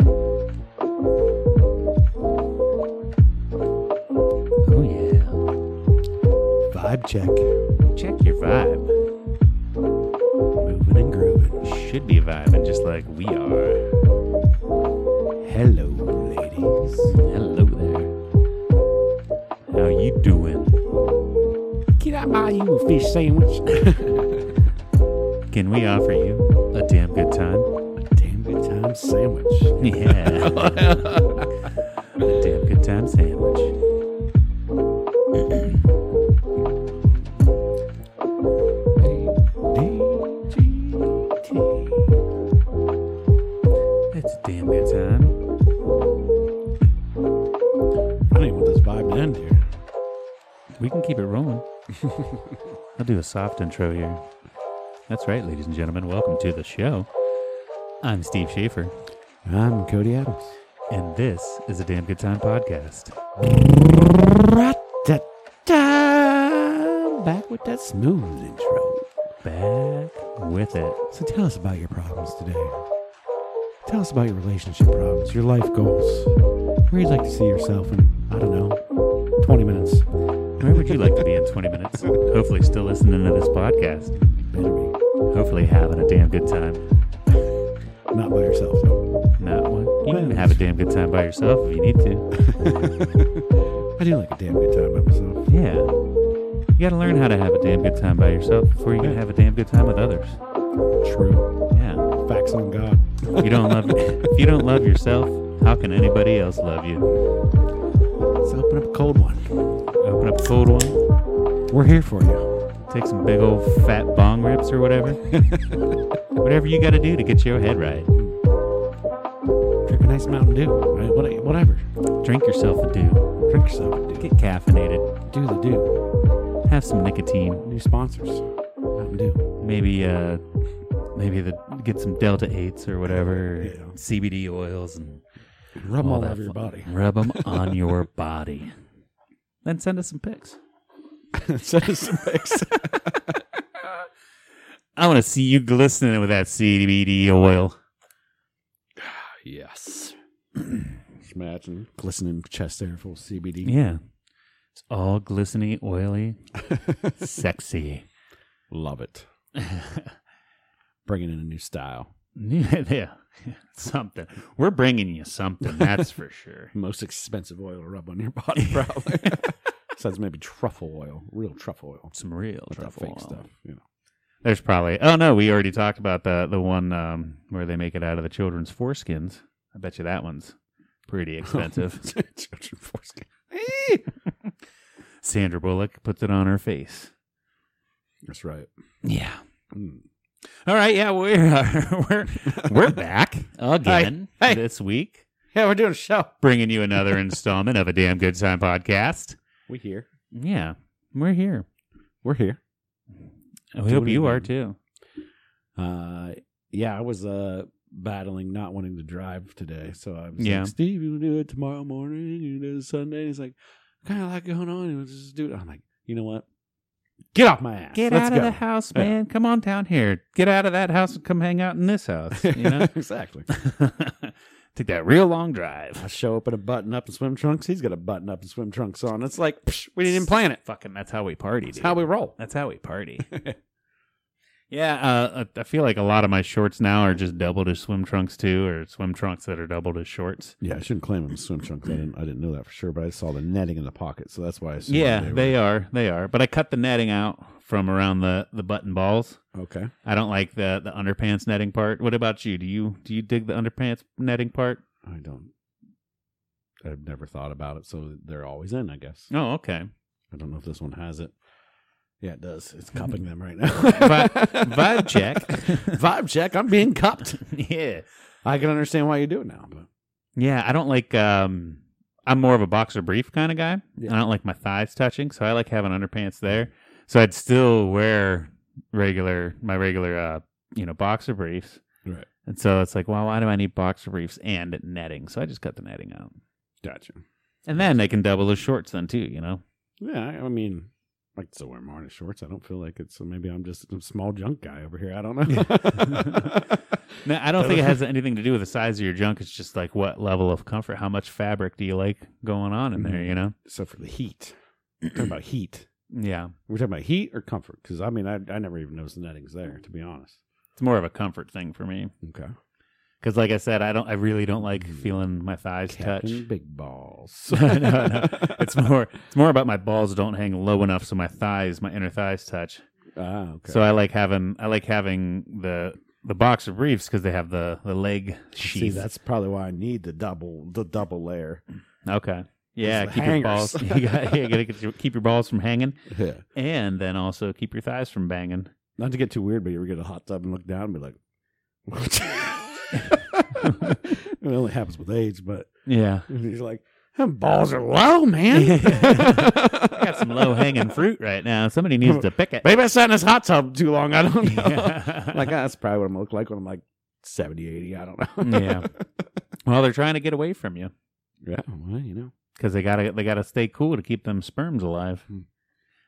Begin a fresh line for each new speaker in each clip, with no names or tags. Oh,
vibe check.
Check your vibe.
Moving and grooving.
Should be vibing just like we are.
Hello, ladies.
Hello there. How you doing?
Get out my you a fish sandwich.
Can we offer you a damn good time?
Damn good time sandwich.
Yeah. a damn good time sandwich.
DGT.
It's a damn good time.
I don't even want this vibe to end here.
We can keep it rolling. I'll do a soft intro here. That's right, ladies and gentlemen. Welcome to the show. I'm Steve Schaefer,
I'm Cody Adams.
and this is a damn good time podcast.
Ra-ta-ta. Back with that smooth intro.
Back with it.
So tell us about your problems today. Tell us about your relationship problems, your life goals, where you'd like to see yourself in, I don't know, 20 minutes.
Where would you like to be in 20 minutes? Hopefully, still listening to this podcast.
Better be.
Hopefully, having a damn good time.
Not by yourself, though.
Not one. You can have a damn good time by yourself if you need to.
I do like a damn good time by myself.
Yeah. You gotta learn how to have a damn good time by yourself before you can have a damn good time with others.
True.
Yeah.
Facts on God.
If you don't love, if you don't love yourself, how can anybody else love you?
Let's open up a cold one.
Open up a cold one,
We're here for you.
take some big old fat bong rips or whatever. whatever you gotta do to get your head right.
Drink a nice Mountain Dew. Right? What- Whatever.
Drink yourself a do.
Drink yourself a Dew.
Get caffeinated.
Do the Dew.
Have some nicotine.
New sponsors. Mountain Dew.
maybe uh maybe the get some delta 8s or whatever
Yeah.
cbd oils and
Rub 'em
all
all
that
over your
fun-
body.
rub them on your body then send us some pics
Send us some pics.
i want to see you glistening with that cbd oil
Yes. Just imagine glistening chest hair full of CBD.
yeah it's all glistening oily sexy
Love it. Bringing in a new style.
yeah something we're bringing you something that's for sure
Most expensive oil to rub on your body, probably. Besides maybe truffle oil, real truffle oil.
some real
Not that
truffle
fake
oil.
stuff. You know.
There's probably. Oh no, we already talked about the the one um, where they make it out of the children's foreskins. I bet you that one's pretty expensive.
Children foreskin.
Sandra Bullock puts it on her face.
That's right.
Yeah.
Mm.
All right. Yeah, we're we're we're back again
uh, Hey, hey.
this week,
Yeah, we're doing a show.
bringing you another installment of a damn good time podcast.
We here.
Yeah, we're here.
We're here.
We hope
Doing
you
it
are
again.
too.
Uh, yeah, I was uh battling not wanting to drive today, so I was
Yeah.
like, "Steve, you wanna do it tomorrow morning? You do it Sunday." He's like, "Kind of like going on." Let's just do it. I'm like, "You know what? Get off my ass!
Get
Let's
out
go."
of the house,
Yeah.
man. Come on down here. Get out of that house and come hang out in this house. You know.
exactly.
Take that real long
I
drive.
show up in a button up and swim trunks. He's got a button up and swim trunks on. It's like psh, we didn't even plan it.
Fucking that's how we party.
It's
dude.
how we roll.
That's how we party. yeah, uh, I I feel like a lot of my shorts now are just doubled as swim trunks too, or swim trunks that are doubled as shorts.
Yeah, I shouldn't claim them swim trunks. I didn't. I didn't know that for sure, but I saw the netting in the pocket, so that's why I assumed
yeah,
they,
they,
were-
are. They are. But I cut the netting out from around the the button balls.
okay.
I don't like the the underpants netting part. What about you? Do you do you dig the underpants netting part?
I don't. I've never thought about it, so they're always in. I guess.
Oh, okay.
I don't know if this one has it. Yeah, it does. It's cupping them right now.
Vi- vibe check.
Vibe check. I'm being cupped.
yeah.
I can understand why you do it now, but
Yeah, I don't like. um I'm more of a boxer brief kind of guy.
Yeah.
I don't like my thighs touching, so I like having underpants there. So I'd still wear regular my regular uh you know boxer briefs.
Right.
And so it's like, well, why do I need boxer briefs and netting? So I just cut the netting out,
gotcha.
and then they can double as shorts then too. You know.
Yeah, I I mean, I can still wear morning shorts. I don't feel like it, so maybe I'm just a small junk guy over here. I don't know.
No, I don't think it has anything to do with the size of your junk. It's just like what level of
Mm-hmm.
comfort, how much fabric do you like going on in there? You know.
so for the heat, talking about heat,
Yeah.
We're talking about heat or comfort, because I mean, I, I never even noticed the netting's there, to be honest.
It's more of a comfort thing for me.
Okay.
Because, like I said, I don't, I really don't like
Mm.
feeling my thighs
Captain
touch.
Big Balls.
No, no. It's more, it's more about my balls don't hang low enough so my thighs, my inner thighs touch.
ah, okay.
So I like having, I like having the the boxer briefs because they have the the leg sheath.
See, that's probably why I need the double the double layer.
okay. Yeah,
the
keep your
hangers.
balls. You got, you gotta get your, keep your balls from hanging,
Yeah.
and then also keep your thighs from banging.
Not to get too weird, but you ever get a hot tub and look down and be like,
it only happens with age, but
Yeah,
he's like,
them balls are low, man.
I got some low hanging fruit right now. Somebody needs to pick it.
Maybe I sat in this hot tub too long. I don't know.
Yeah.
Like, ah, that's probably what I'm gonna look like when I'm like 70, 80. I don't know.
yeah. Well, they're trying to get away from you
yeah. Well, you know.
because they gotta they gotta stay cool to keep them sperms alive.
Hmm.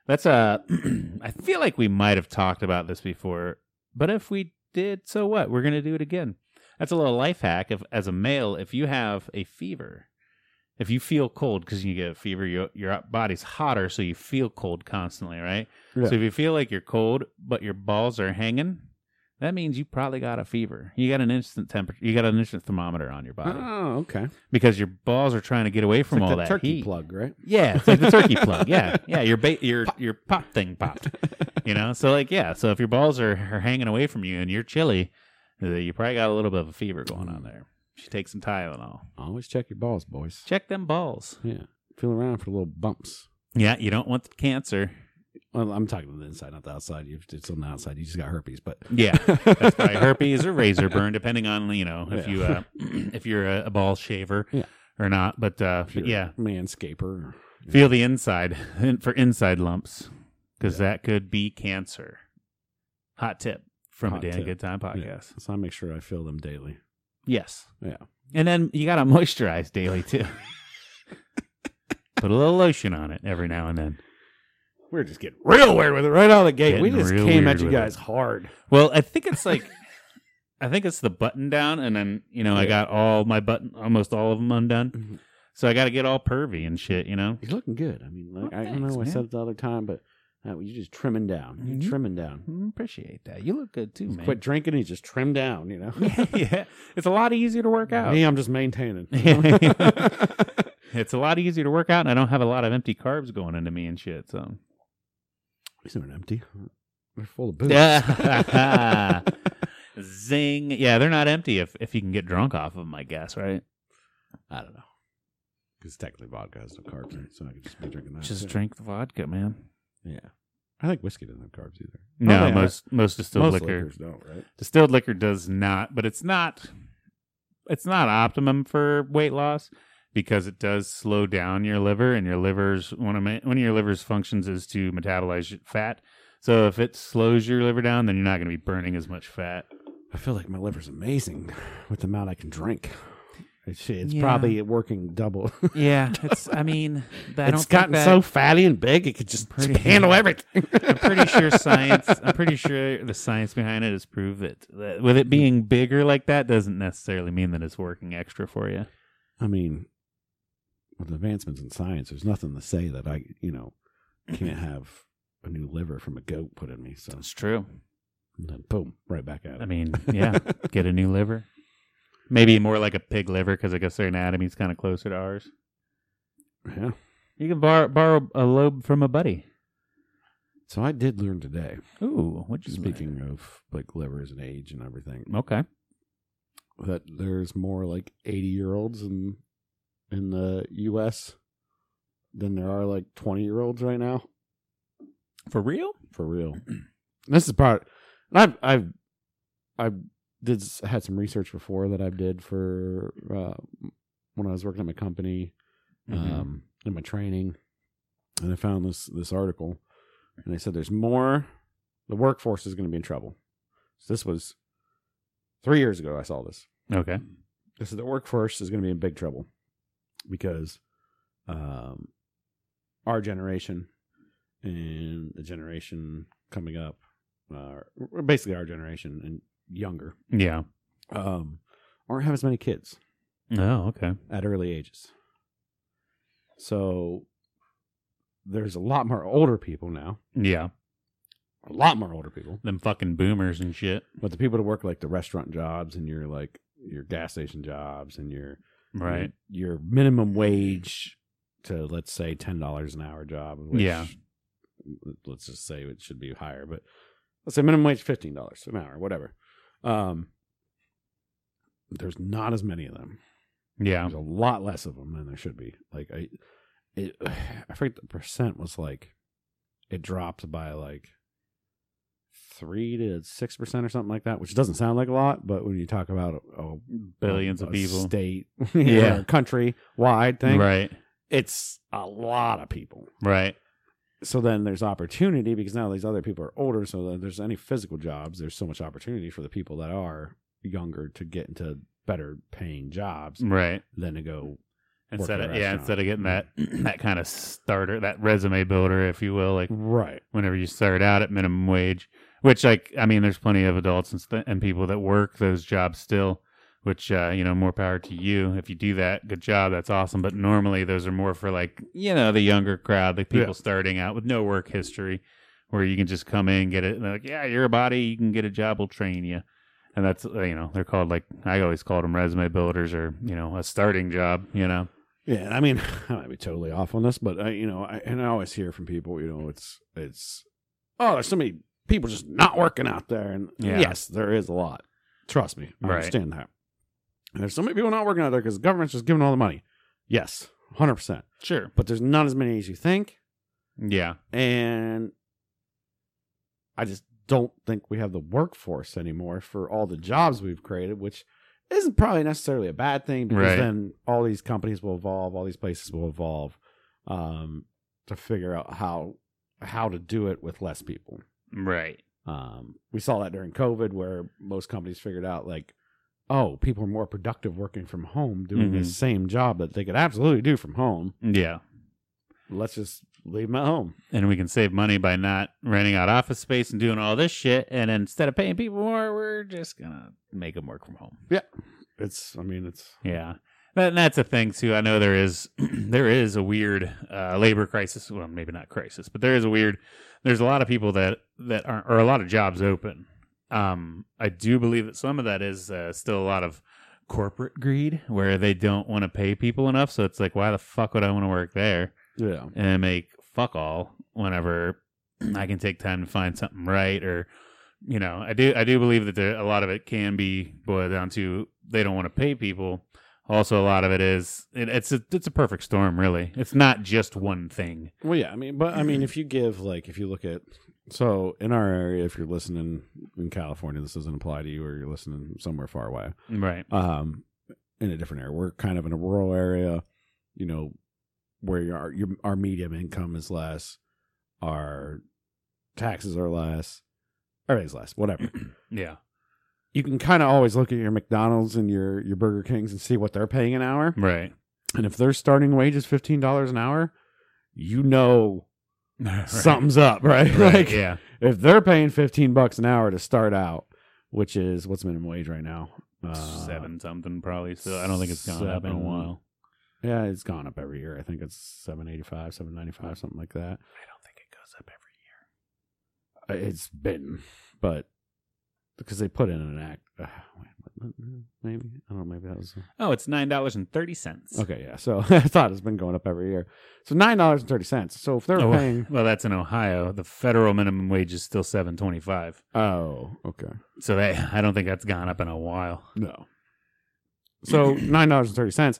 That's uh, I feel like we might have talked about this before, but if we did, so what? We're gonna do it again. That's a little life hack. If as a male, if you have a fever, if you feel cold because you get a fever, your your body's hotter, so you feel cold constantly, right?
Yeah.
So if you feel like you're cold but your balls are hanging, that means you probably got a fever. You got an instant temperature. You got an instant thermometer on your body
Oh, okay.
because your balls are trying to get away from
Like
all
the
that
turkey
heat.
plug, right?
Yeah, it's like the turkey plug. Yeah, yeah. Your ba- your your pop thing popped. You know, so like yeah. So if your balls are, are hanging away from you and you're chilly, uh, you probably got a little bit of a fever going on there. You should take some Tylenol.
Always check your balls, boys.
Check them balls.
Yeah. Feel around for little bumps.
Yeah, you don't want the cancer.
Well, I'm talking on the inside, not the outside. If it's on the outside, you just got herpes. But
Yeah, that's probably herpes or razor burn, depending on you know if
Yeah.
you uh, if you're a, a ball shaver
Yeah.
or not. But, uh,
if
but
you're
yeah,
a manscaper.
feel the inside in- for inside lumps because that could be cancer. Hot tip from
Hot
a damn
tip.
good time podcast.
Yeah. So I make sure I feel them daily.
Yes.
Yeah.
And then you got to moisturize daily too. Put a little lotion on it every now and then.
We're just getting real weird with it right out of the gate. we
Getting
just
real
came
weird
at you
with it.
guys hard.
Well, I think it's like I think it's the button down and then, you know, I
Yeah.
got all my button almost all of them undone.
Mhm.
So I got to get all pervy and shit, you know.
You're looking good. I mean, like,
Oh,
I don't know.
thanks,
I said
man.
it the other time, but uh, you're just trimming down. You're
Mhm.
trimming down.
Appreciate that. You look good too, man.
Quit drinking and just trim down. You know.
yeah. It's a lot easier to work out.
Me, I'm just maintaining.
it's a lot easier to work out and I don't have a lot of empty carbs going into me and shit, so.
These aren't empty. They're full of booze.
Yeah. Zing. Yeah, they're not empty if, if you can get drunk off of them, I guess, right?
I don't know. Because technically vodka has no carbs in it, so I could just be drinking that.
Just
too.
drink the vodka, man.
Yeah. I think whiskey doesn't have carbs either.
No,
Oh, yeah.
most most distilled
Most
liquor.
liquors don't, right?
Distilled liquor does not, but it's not it's not optimum for weight loss because it does slow down your liver and your liver's one of ma- one of your liver's functions is to metabolize your fat. So if it slows your liver down, then you're not going to be burning as much fat.
I feel like my liver's amazing with the amount I can drink. It's, it's
Yeah.
probably working double.
Yeah, it's. I mean, I
it's gotten so fatty and big, it could just
Pretty-
handle everything.
I'm pretty sure science. I'm pretty sure the science behind it has proved it. That with it being bigger like that doesn't necessarily mean that it's working extra for you.
I mean, with advancements in science, there's nothing to say that I, you know, can't have a new liver from a goat put in me. So, and
true.
then boom, right back at it.
I mean, yeah, get a new liver. Maybe more like a pig liver because I guess their anatomy's kind of closer to ours.
yeah.
You can borrow, borrow a lobe from a buddy.
So I did learn today,
Ooh, what you
speaking of like livers and age and everything,
learn? Okay.
that there's more like 80 year olds in in the U.S. than there are like 20 year olds right now.
For real?
for real. this is part. And I've I've I did s- had some research before that I did for uh, when I was working at my company
Um,
um, in my training, and I found this this article, and they said there's more. The workforce is going to be in trouble. So this was three years ago. I saw this
okay.
this is the workforce is going to be in big trouble because um, our generation and the generation coming up, uh, or basically our generation and younger,
Yeah.
um, aren't having as many kids
Oh, okay.
at early ages. So there's a lot more older people now.
Yeah.
A lot more older people.
Them fucking boomers and shit.
But the people that work like the restaurant jobs and your like your gas station jobs and your
Right.
your, your minimum wage to let's say ten dollars an hour job. Which
Yeah.
Let's just say it should be higher, but let's say minimum wage fifteen dollars an hour, whatever. Um, there's not as many of them.
Yeah.
There's a
Um,
lot less of them than there should be. Like I, it, I forget the percent was like, it dropped by like three to six percent or something like that, which doesn't sound like a lot, but when you talk about a, a
Billions
a
of people.
state,
Yeah.
yeah, country wide thing,
Right.
it's a lot of people.
Right.
So then there's opportunity because now these other people are older. So then there's any physical jobs. There's so much opportunity for the people that are younger to get into better paying jobs
Right.
than to go
Instead
at a restaurant.
of yeah,
Mm-hmm.
instead of getting that that kind of starter, that resume builder, if you will, like
right.
whenever you start out at minimum wage, which like I mean, there's plenty of adults and, st- and people that work those jobs still, which uh, you know, more power to you if you do that. Good job, that's awesome. But normally those are more for like you know the younger crowd, the people
Yeah.
starting out with no work history, where you can just come in, get it, and they're like, yeah, you're a body, you can get a job, we'll train you. And that's uh, you know they're called like I always called them resume builders or you know a starting job you know
Yeah, and I mean, I might be totally off on this, but I, you know, I, and I always hear from people, you know, it's it's oh, there's so many people just not working out there, and
Yeah.
yes, there is a lot. Trust me, I
Right.
understand that. And there's so many people not working out there because the government's just giving all the money. Yes, hundred percent.
sure
But there's not as many as you think,
yeah
and I just don't think we have the workforce anymore for all the jobs we've created, which isn't probably necessarily a bad thing because
Right.
then all these companies will evolve, all these places will evolve um, to figure out how how to do it with less people.
right
Um, we saw that during COVID, where most companies figured out like, oh, people are more productive working from home doing the
Mhm.
same job that they could absolutely do from home.
yeah
Let's just leave them at home.
and we can save money by not renting out office space and doing all this shit. And instead of paying people more, we're just gonna make them work from home.
It's, I mean, it's
Yeah, that, and that's a thing too. I know there is there is a weird uh, labor crisis. Well, maybe not crisis, but there is a weird. There's a lot of people that that aren't, or a lot of jobs open. Um, I do believe that some of that is uh, still a lot of corporate greed, where they don't want to pay people enough. So it's like, why the fuck would I want to work there?
yeah,
and make fuck all whenever I can take time to find something right or you know I do I do believe that there, a lot of it can be boiled down to they don't want to pay people also a lot of it is it, it's a, it's a perfect storm really it's not just one thing
Well, yeah, I mean, but I mean, if you give like, if you look at, so in our area, if you're listening in California, this doesn't apply to you, or you're listening somewhere far away,
right
um, in a different area. We're kind of in a rural area, you know, where your your our medium income is less, our taxes are less, everything's less, whatever.
yeah
you can kind of always look at your McDonald's and your your Burger Kings and see what they're paying an hour.
right
And if their starting wage is fifteen dollars an hour, you know
Right.
something's up, right?
Right,
Like
yeah
if they're paying fifteen bucks an hour to start out, which is what's minimum wage right now? Uh,
seven something probably so I don't think it's gone up in a
seven.
while
Yeah, it's gone up every year. I think it's seven eighty five, seven ninety five, something like that.
I don't think it goes up every year
Uh, It's been, but because they put in an act, uh, wait, what- what- maybe I don't know. Maybe that was
oh it's nine dollars and thirty cents
okay. Yeah, so I thought it's been going up every year. So nine dollars and thirty cents. So if they're
Oh,
paying,
well that's in Ohio the federal minimum wage is still seven twenty five
oh, okay,
So that I don't think that's gone up in a while.
no. So nine dollars and thirty cents.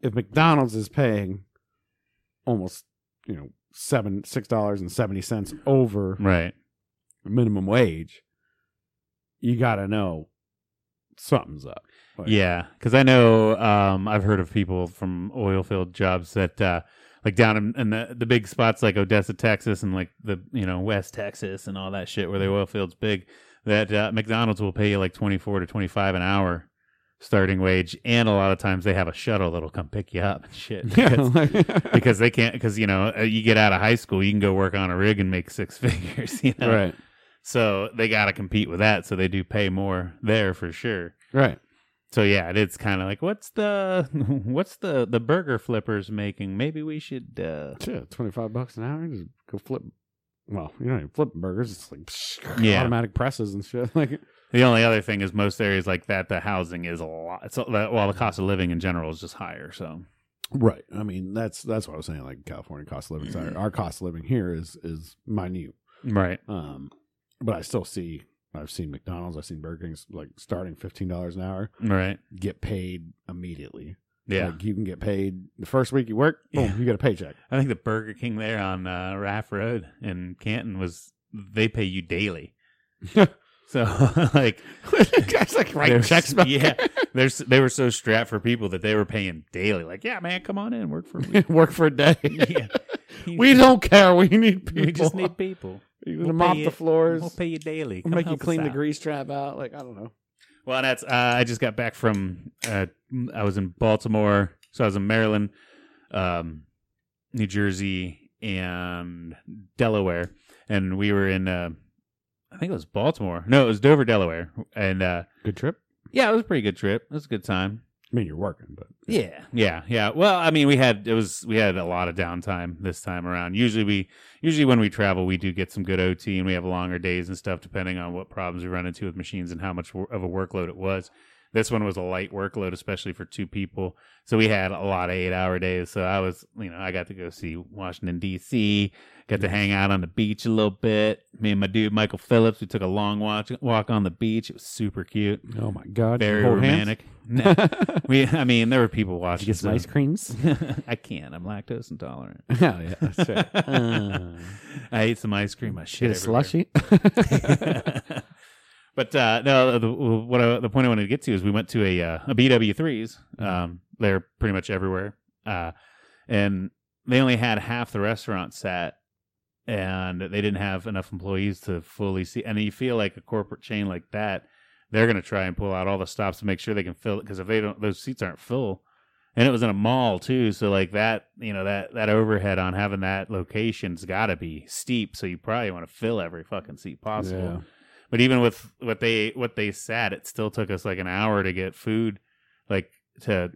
If McDonald's is paying almost, you know, seven six dollars and seventy cents over
Right.
minimum wage, you got to know something's up. Like,
Yeah, because I know um, I've heard of people from oil field jobs that uh, like down in, in the the big spots like Odessa, Texas, and like the you know West Texas and all that shit where the oil field's big. That uh, McDonald's will pay you like twenty four to twenty five an hour starting wage, and a lot of times they have a shuttle that'll come pick you up and shit.
Yeah,
Because-
like-
Because they can't, because you know, uh, you get out of high school, you can go work on a rig and make six figures. You know,
right.
So they got to compete with that. So they do pay more there for sure.
Right.
So yeah, it's kind of like what's the what's the the burger flippers making? Maybe we should uh
Shit, twenty five bucks an hour. Just go flip. Well, you know, flipping burgers. It's like psh,
Yeah.
automatic presses and shit. Like
The only other thing is most areas like that the housing is a lot so that, well the cost of living in general is just higher, so
right. I mean, that's that's what I was saying. Like California cost of living. Sorry, our cost of living here is is minute.
Right.
Um, but I still see. I've seen McDonald's. I've seen Burger King's like starting fifteen dollars an hour.
Right.
Get paid immediately.
Yeah.
Like you can get paid the first week you work. Boom,
Yeah.
you get a paycheck.
I think the Burger King there on uh, Raff Road in Canton was they pay you daily. so like
Guys like writing
they're-
checks. back.
Yeah. They're, s- they were so strapped for people that they were paying daily. Like, yeah, man, come on in, work for me.
work for a day.
yeah.
We don't care. We need people.
we just need people.
you
we'll
to mop
pay
the
it.
floors.
We'll pay you daily.
We'll
Come
make you
help us
clean the
out.
grease trap out. Like I don't know.
Well, that's uh, I just got back from uh, I was in Baltimore, so I was in Maryland, um, New Jersey, and Delaware, and we were in uh, I think it was Baltimore. No, it was Dover, Delaware, and uh,
Good trip.
yeah, it was a pretty good trip. It was a good time.
I mean, you're working, but
Yeah, yeah, yeah. Well, I mean, we had it was we had a lot of downtime this time around. Usually we usually when we travel, we do get some good OT and we have longer days and stuff, depending on what problems we run into with machines and how much wor- of a workload it was. This one was a light workload, especially for two people, so we had a lot of eight-hour days. So I was, you know, I got to go see Washington D.C., got to hang out on the beach a little bit. Me and my dude Michael Phillips, we took a long walk walk on the beach. It was super cute,
oh my god,
very
Hold hands?
romantic. No, we, I mean, there were people
Did
watching.
you get some
so-
ice creams?
I can't. I'm lactose intolerant.
oh yeah, that's right.
I ate some ice cream. I shit
Uh, get a
everywhere.
slushy.
but uh, no, the, what I, the point I wanted to get to is we went to a uh, a BW threes.
Mm-hmm.
Um, they're pretty much everywhere, uh, and they only had half the restaurant set, and they didn't have enough employees to fully see. And you feel like a corporate chain like that, they're going to try and pull out all the stops to make sure they can fill it because if they don't, those seats aren't full. And it was in a mall too, so like that, you know that that overhead on having that location's got to be steep. So you probably want to fill every fucking seat possible.
Yeah.
But even with what they what they sat, it still took us like an hour to get food, like to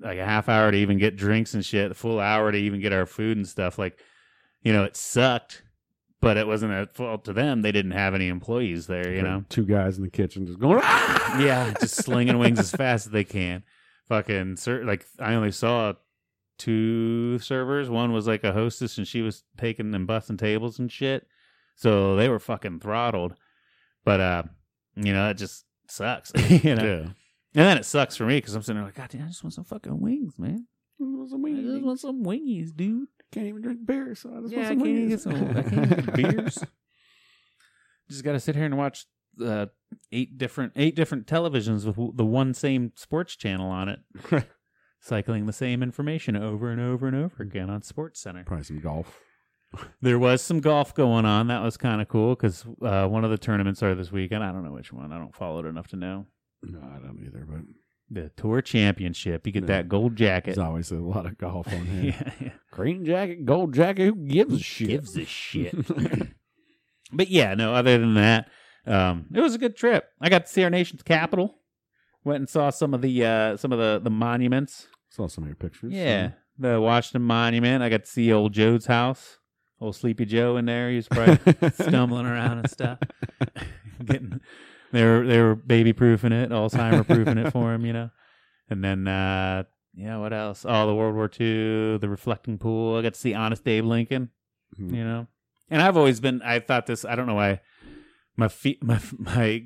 like a half hour to even get drinks and shit, a full hour to even get our food and stuff. Like, you know, it sucked, but it wasn't at fault to them. They didn't have any employees there, you know.
two guys in the kitchen just going. "Ah!"
yeah, just slinging wings as fast as they can. Fucking ser- like I only saw two servers. One was like a hostess, and she was taking and busting tables and shit. So they were fucking throttled. But uh, you know, it just sucks. you know,
Yeah.
and then it sucks for me because I'm sitting there like, God damn, I just want some fucking wings, man. I just
Can't
want some wingies, dude.
even drink beer, so I just
Yeah, I
want some
can't
wings.
even get some I can't even get beers. Just got to sit here and watch uh, eight different eight different televisions with w- the one same sports channel on it, cycling the same information over and over and over again on Sports Center.
Probably some golf.
There was some golf going on. That was kind of cool because uh, one of the tournaments are this weekend. I don't know which one. I don't follow it enough to know.
No, I don't either. But
The Tour Championship. You get
Yeah.
that gold jacket.
there's always a lot of golf on hand.
yeah, yeah.
Green jacket, gold jacket. Who gives a shit?
gives a shit. but yeah, no, other than that, um, it was a good trip. I got to see our nation's capital. Went and saw some of the uh, some of the, the monuments.
Saw some of your pictures.
Yeah. The Washington Monument. I got to see old Joe's house. Old Sleepy Joe in there. He was probably stumbling around and stuff. Getting they were they were baby proofing it, Alzheimer proofing it for him, you know. And then uh yeah, what else? Oh, the World War II, the reflecting pool. I got to see Honest Dave Lincoln
Hmm.
you know. And I've always been. I thought this. I don't know why. My feet. My my.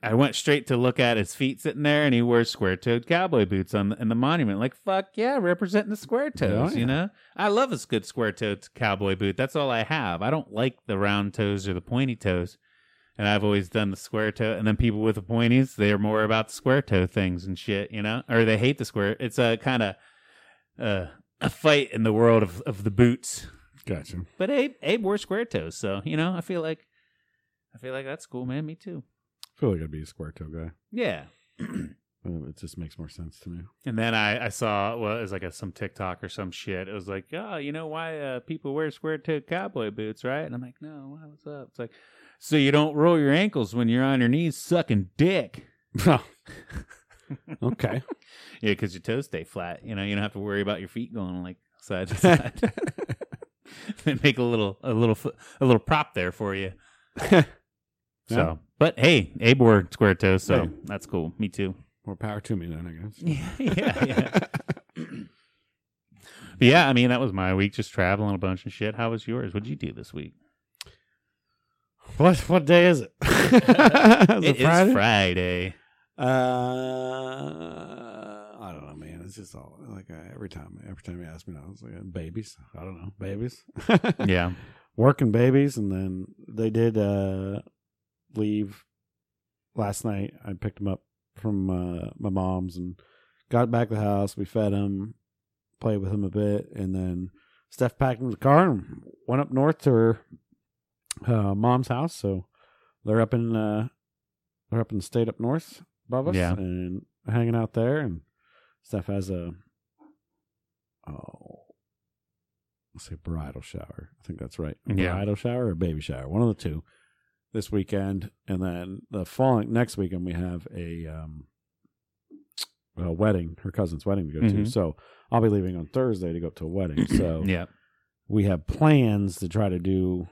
I went straight to look at his feet sitting there, and he wears square-toed cowboy boots on the, in the monument. Like fuck yeah, representing the square toes.
Oh, yeah.
You know, I love a good square-toed cowboy boot. That's all I have. I don't like the round toes or the pointy toes. And I've always done the square toe, and then people with the pointies, they're more about the square toe things and shit, you know, or they hate the square. It's a kind of uh, a fight in the world of, of the boots.
Gotcha.
But Abe Abe wore square toes, so you know, I feel like I feel like that's cool, man. Me too.
feel like I'd be a square toe guy.
Yeah.
Uh, it just makes more sense to me.
And then I, I saw well, it was like a, some TikTok or some shit. It was like, oh, you know why uh, people wear square toed cowboy boots, right? And I'm like, no, why, what's up? It's like, so you don't roll your ankles when you're on your knees sucking dick.
Oh. Okay.
Yeah, because your toes stay flat. You know, you don't have to worry about your feet going like side to side. they make a little a little fo- a little prop there for you. so,
Yeah.
but hey, Abe wore square toes, so
Yeah.
that's cool. Me too.
More power to me then, I guess.
Yeah, yeah, yeah. But yeah, I mean that was my week, just traveling a bunch and shit. How was yours? What'd you do this week?
What what day is it? Is it
It is Friday.
Uh, I don't know, man. It's just all like uh, every time, every time you ask me, I was like, babies. I don't know, babies.
Yeah.
working babies, and then they did uh leave last night. I picked them up from uh, my mom's and got back to the house. We fed them, played with them a bit, and then Steph packed them in the car and went up north to her uh, mom's house. So they're up in uh, they're up in the state up north above us,
Yeah.
and hanging out there. And Steph has a oh, let's say bridal shower. I think that's right. A
Yeah.
Bridal shower or baby shower, one of the two. This weekend, and then the following next weekend we have a um, a wedding, her cousin's wedding to go to.
Mhm.
So I'll be leaving on Thursday to go up to a wedding. So
Yeah.
we have plans to try to do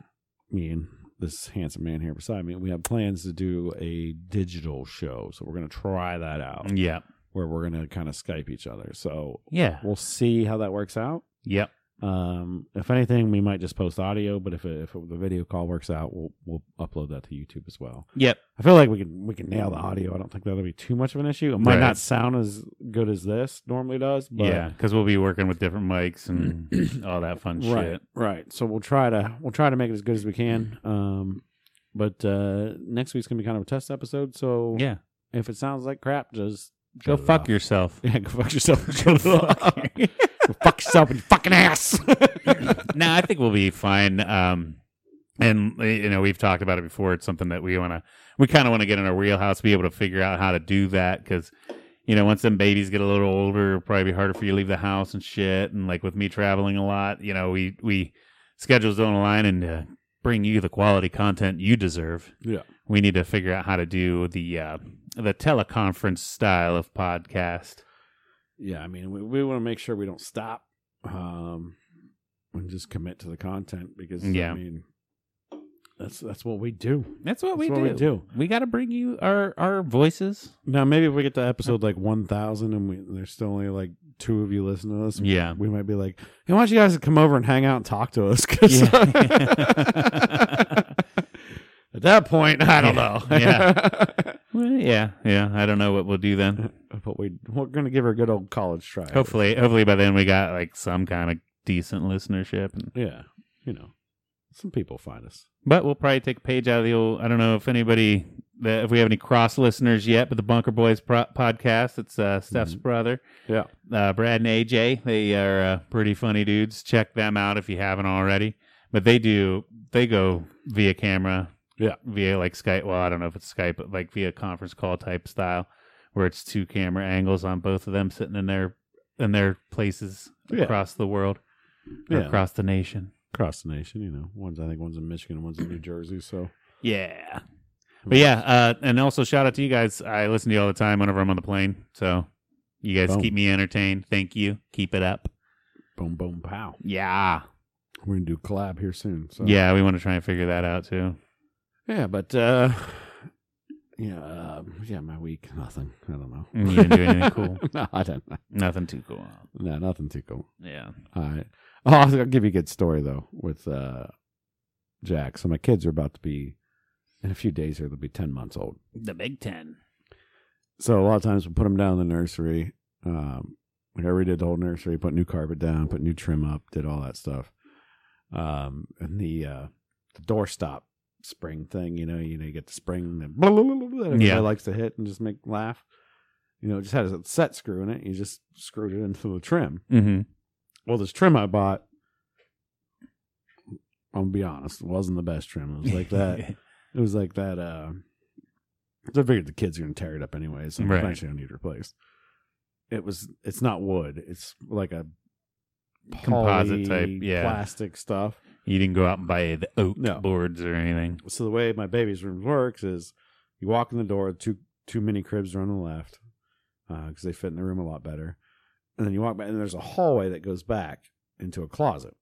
me and this handsome man here beside me. We have plans to do a digital show, so we're gonna try that out
Yeah.
where we're gonna kind of Skype each other. So
Yeah.
we'll see how that works out.
Yep.
Um, if anything, we might just post audio, but if it, if the video call works out, we'll we'll upload that to YouTube as well.
Yep.
I feel like we can we can nail the audio. I don't think that'll be too much of an issue. It might
Right.
not sound as good as this normally does, but
yeah. Because we'll be working with different mics and all that fun
right,
shit.
right. So we'll try to we'll try to make it as good as we can. Um, but uh, next week's gonna be kind of a test episode. So
Yeah. uh,
if it sounds like crap, just
Go
shut it
fuck
off.
yourself.
yeah, go fuck yourself. and shut it off. Go fuck yourself and your fucking ass.
no, I think we'll be fine. Um, and uh, you know, we've talked about it before. It's something that we want to, we kind of want to get in our wheelhouse, be able to figure out how to do that because. You know, once them babies get a little older, it'll probably be harder for you to leave the house and shit. And like with me traveling a lot, you know, we we schedules don't align and uh, bring you the quality content you deserve.
Yeah.
we need to figure out how to do the uh, the teleconference style of podcast.
yeah, I mean, we, we want to make sure we don't stop um, and just commit to the content because
Yeah.
I mean, that's that's what we do.
That's what, we,
That's
do.
what we do.
We got to bring you our our voices.
Now, maybe if we get to episode like one thousand and we, there's still only like two of you listening to us,
Yeah.
we might be like, hey, why don't you guys come over and hang out and talk to us? 'Cause-
Yeah.
At that point, I don't
Yeah.
know.
Well, yeah, yeah. I don't know what we'll do then.
but we we're gonna give her a good old college try.
Hopefully, hopefully by then we got like some kind of decent listenership. And,
yeah. You know, some people find us.
but we'll probably take a page out of the old. I don't know if anybody, that if we have any cross listeners yet, but the Bunker Boys pro- podcast. It's uh, Steph's brother,
Mm-hmm. Yeah.
uh, Brad and AJ. They are uh, pretty funny dudes. Check them out if you haven't already. But they do. They go via camera.
Yeah.
Via like Skype. Well, I don't know if it's Skype, but like via conference call type style, where it's two camera angles on both of them sitting in their in their places
Yeah.
across the world, or
Yeah.
across the nation.
across the nation. You know, one's I think one's in Michigan, one's in New Jersey. So
Yeah. But yeah, uh, and also shout out to you guys. I listen to you all the time whenever I'm on the plane. So you guys
Boom.
keep me entertained. Thank you. Keep it up.
boom, boom, pow.
Yeah.
We're gonna do a collab here soon. So
Yeah, we want to try and figure that out too.
yeah. But uh, yeah, um, yeah. My week, nothing. I don't know.
You didn't do anything cool.
no, I don't.
Nothing too cool.
No, nothing too cool.
Yeah.
All right. Oh, I'll, I'll give you a good story though with uh, Jack. So my kids are about to be in a few days here. They'll be ten months old.
The Big Ten.
so a lot of times we put them down in the nursery. Um, like I redid the whole nursery, put new carpet down, put new trim up, did all that stuff. Um, and the uh, the doorstop spring thing, you know, you know, you get the spring that, blah, blah, blah, blah, that everybody
Yeah.
likes to hit and just make laugh. You know, it just had a set screw in it. You just screwed it into the trim.
Mm-hmm.
Well, this trim I bought, I'm gonna be honest, it wasn't the best trim. It was like that. It was like that. Uh, I figured the kids are gonna tear it up anyway, so
Right.
I'm actually gonna need replaced. It was. It's not wood. It's like a
Composite type, yeah.
plastic stuff.
you didn't go out and buy the oak
No.
boards or anything.
So the way my baby's room works is, you walk in the door, two two mini cribs are on the left, because they fit in the room a lot better. And then you walk back, and there's a hallway that goes back into a closet.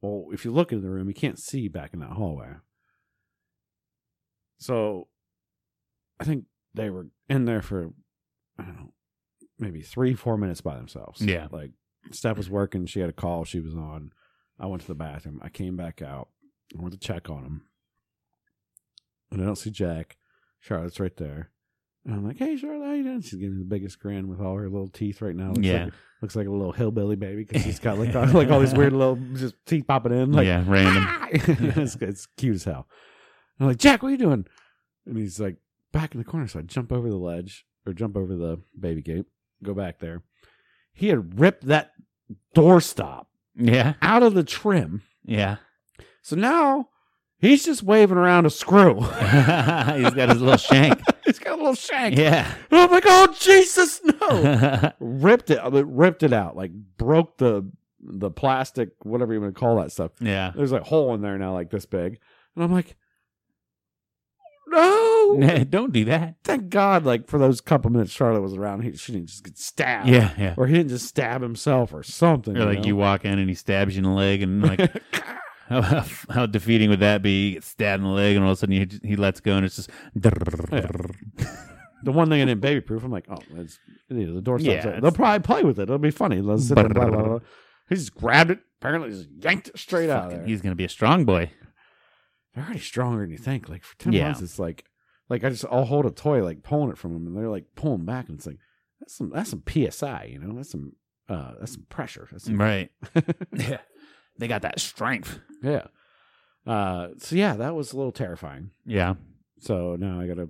Well, if you look into the room, you can't see back in that hallway. So I think they were in there for, I don't know, maybe three, four minutes by themselves.
Yeah.
Like Steph was working. She had a call she was on. I went to the bathroom. I came back out. I went to check on him. And I don't see Jack. Charlotte's right there. And I'm like, hey, Charlotte, how you doing? She's giving me the biggest grin with all her little teeth right now. Looks
Yeah.
Like, looks like a little hillbilly baby because she's got like, all- like all these weird little just teeth popping in. Like,
yeah, random.
"Ah!" it's, it's cute as hell. And I'm like, Jack, what are you doing? And he's like, back in the corner. So I jump over the ledge or jump over the baby gate, go back there. He had ripped that doorstop
Yeah,
out of the trim.
yeah.
So now he's just waving around a screw.
He's got his little shank.
he's got a little shank.
Yeah.
And I'm like, oh, Jesus, no.
oh.
ripped it, it ripped it out, like broke the the plastic, whatever you want to call that stuff.
yeah.
There's like hole in there now, like this big, and I'm like, no,
Don't do that.
thank God, like for those couple minutes Charlotte was around, he, she didn't just get stabbed,
Yeah, yeah.
or he didn't just stab himself or something,
Or like you
know?
walk in and he stabs you in the leg, and like how, how how defeating would that be? You get stabbed in the leg, and all of a sudden you, he lets go, and it's just
the one thing I didn't baby proof. I'm like, oh, it's, you know, the door
Yeah,
stops.
it's-
They'll probably play with it. It'll be funny. Let's sit there, blah, blah, blah. He just grabbed it, apparently just yanked it straight out. Of
Fucking-
there.
He's gonna be a strong boy.
they're already stronger than you think. Like for ten
Yeah.
months, it's like like I just I'll hold a toy like pulling it from them, and they're like pulling back, and it's like that's some that's some psi, you know, that's some uh that's some pressure, that's some,
Right. yeah. They got that strength.
yeah. Uh, so yeah, that was a little terrifying.
Yeah.
So now I gotta,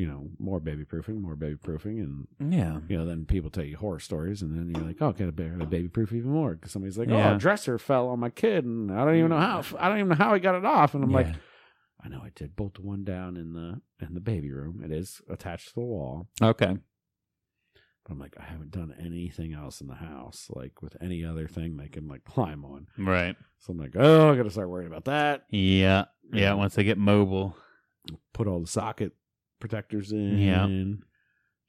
you know, more baby proofing, more baby proofing, and
Yeah.
you know, then people tell you horror stories, and then you're like, oh, gotta baby, baby proof even more because somebody's like, oh,
Yeah.
a dresser fell on my kid, and I don't even know how, I don't even know how he got it off, and I'm like,
Yeah.
I know I did bolt the one down in the in the baby room. It is attached to the wall.
okay.
But I'm like, I haven't done anything else in the house, like with any other thing they can like climb on.
Right.
So I'm like, oh, I gotta start worrying about that.
Yeah.
Mm-hmm.
Yeah. Once they get mobile.
Put all the socket protectors in.
Yeah.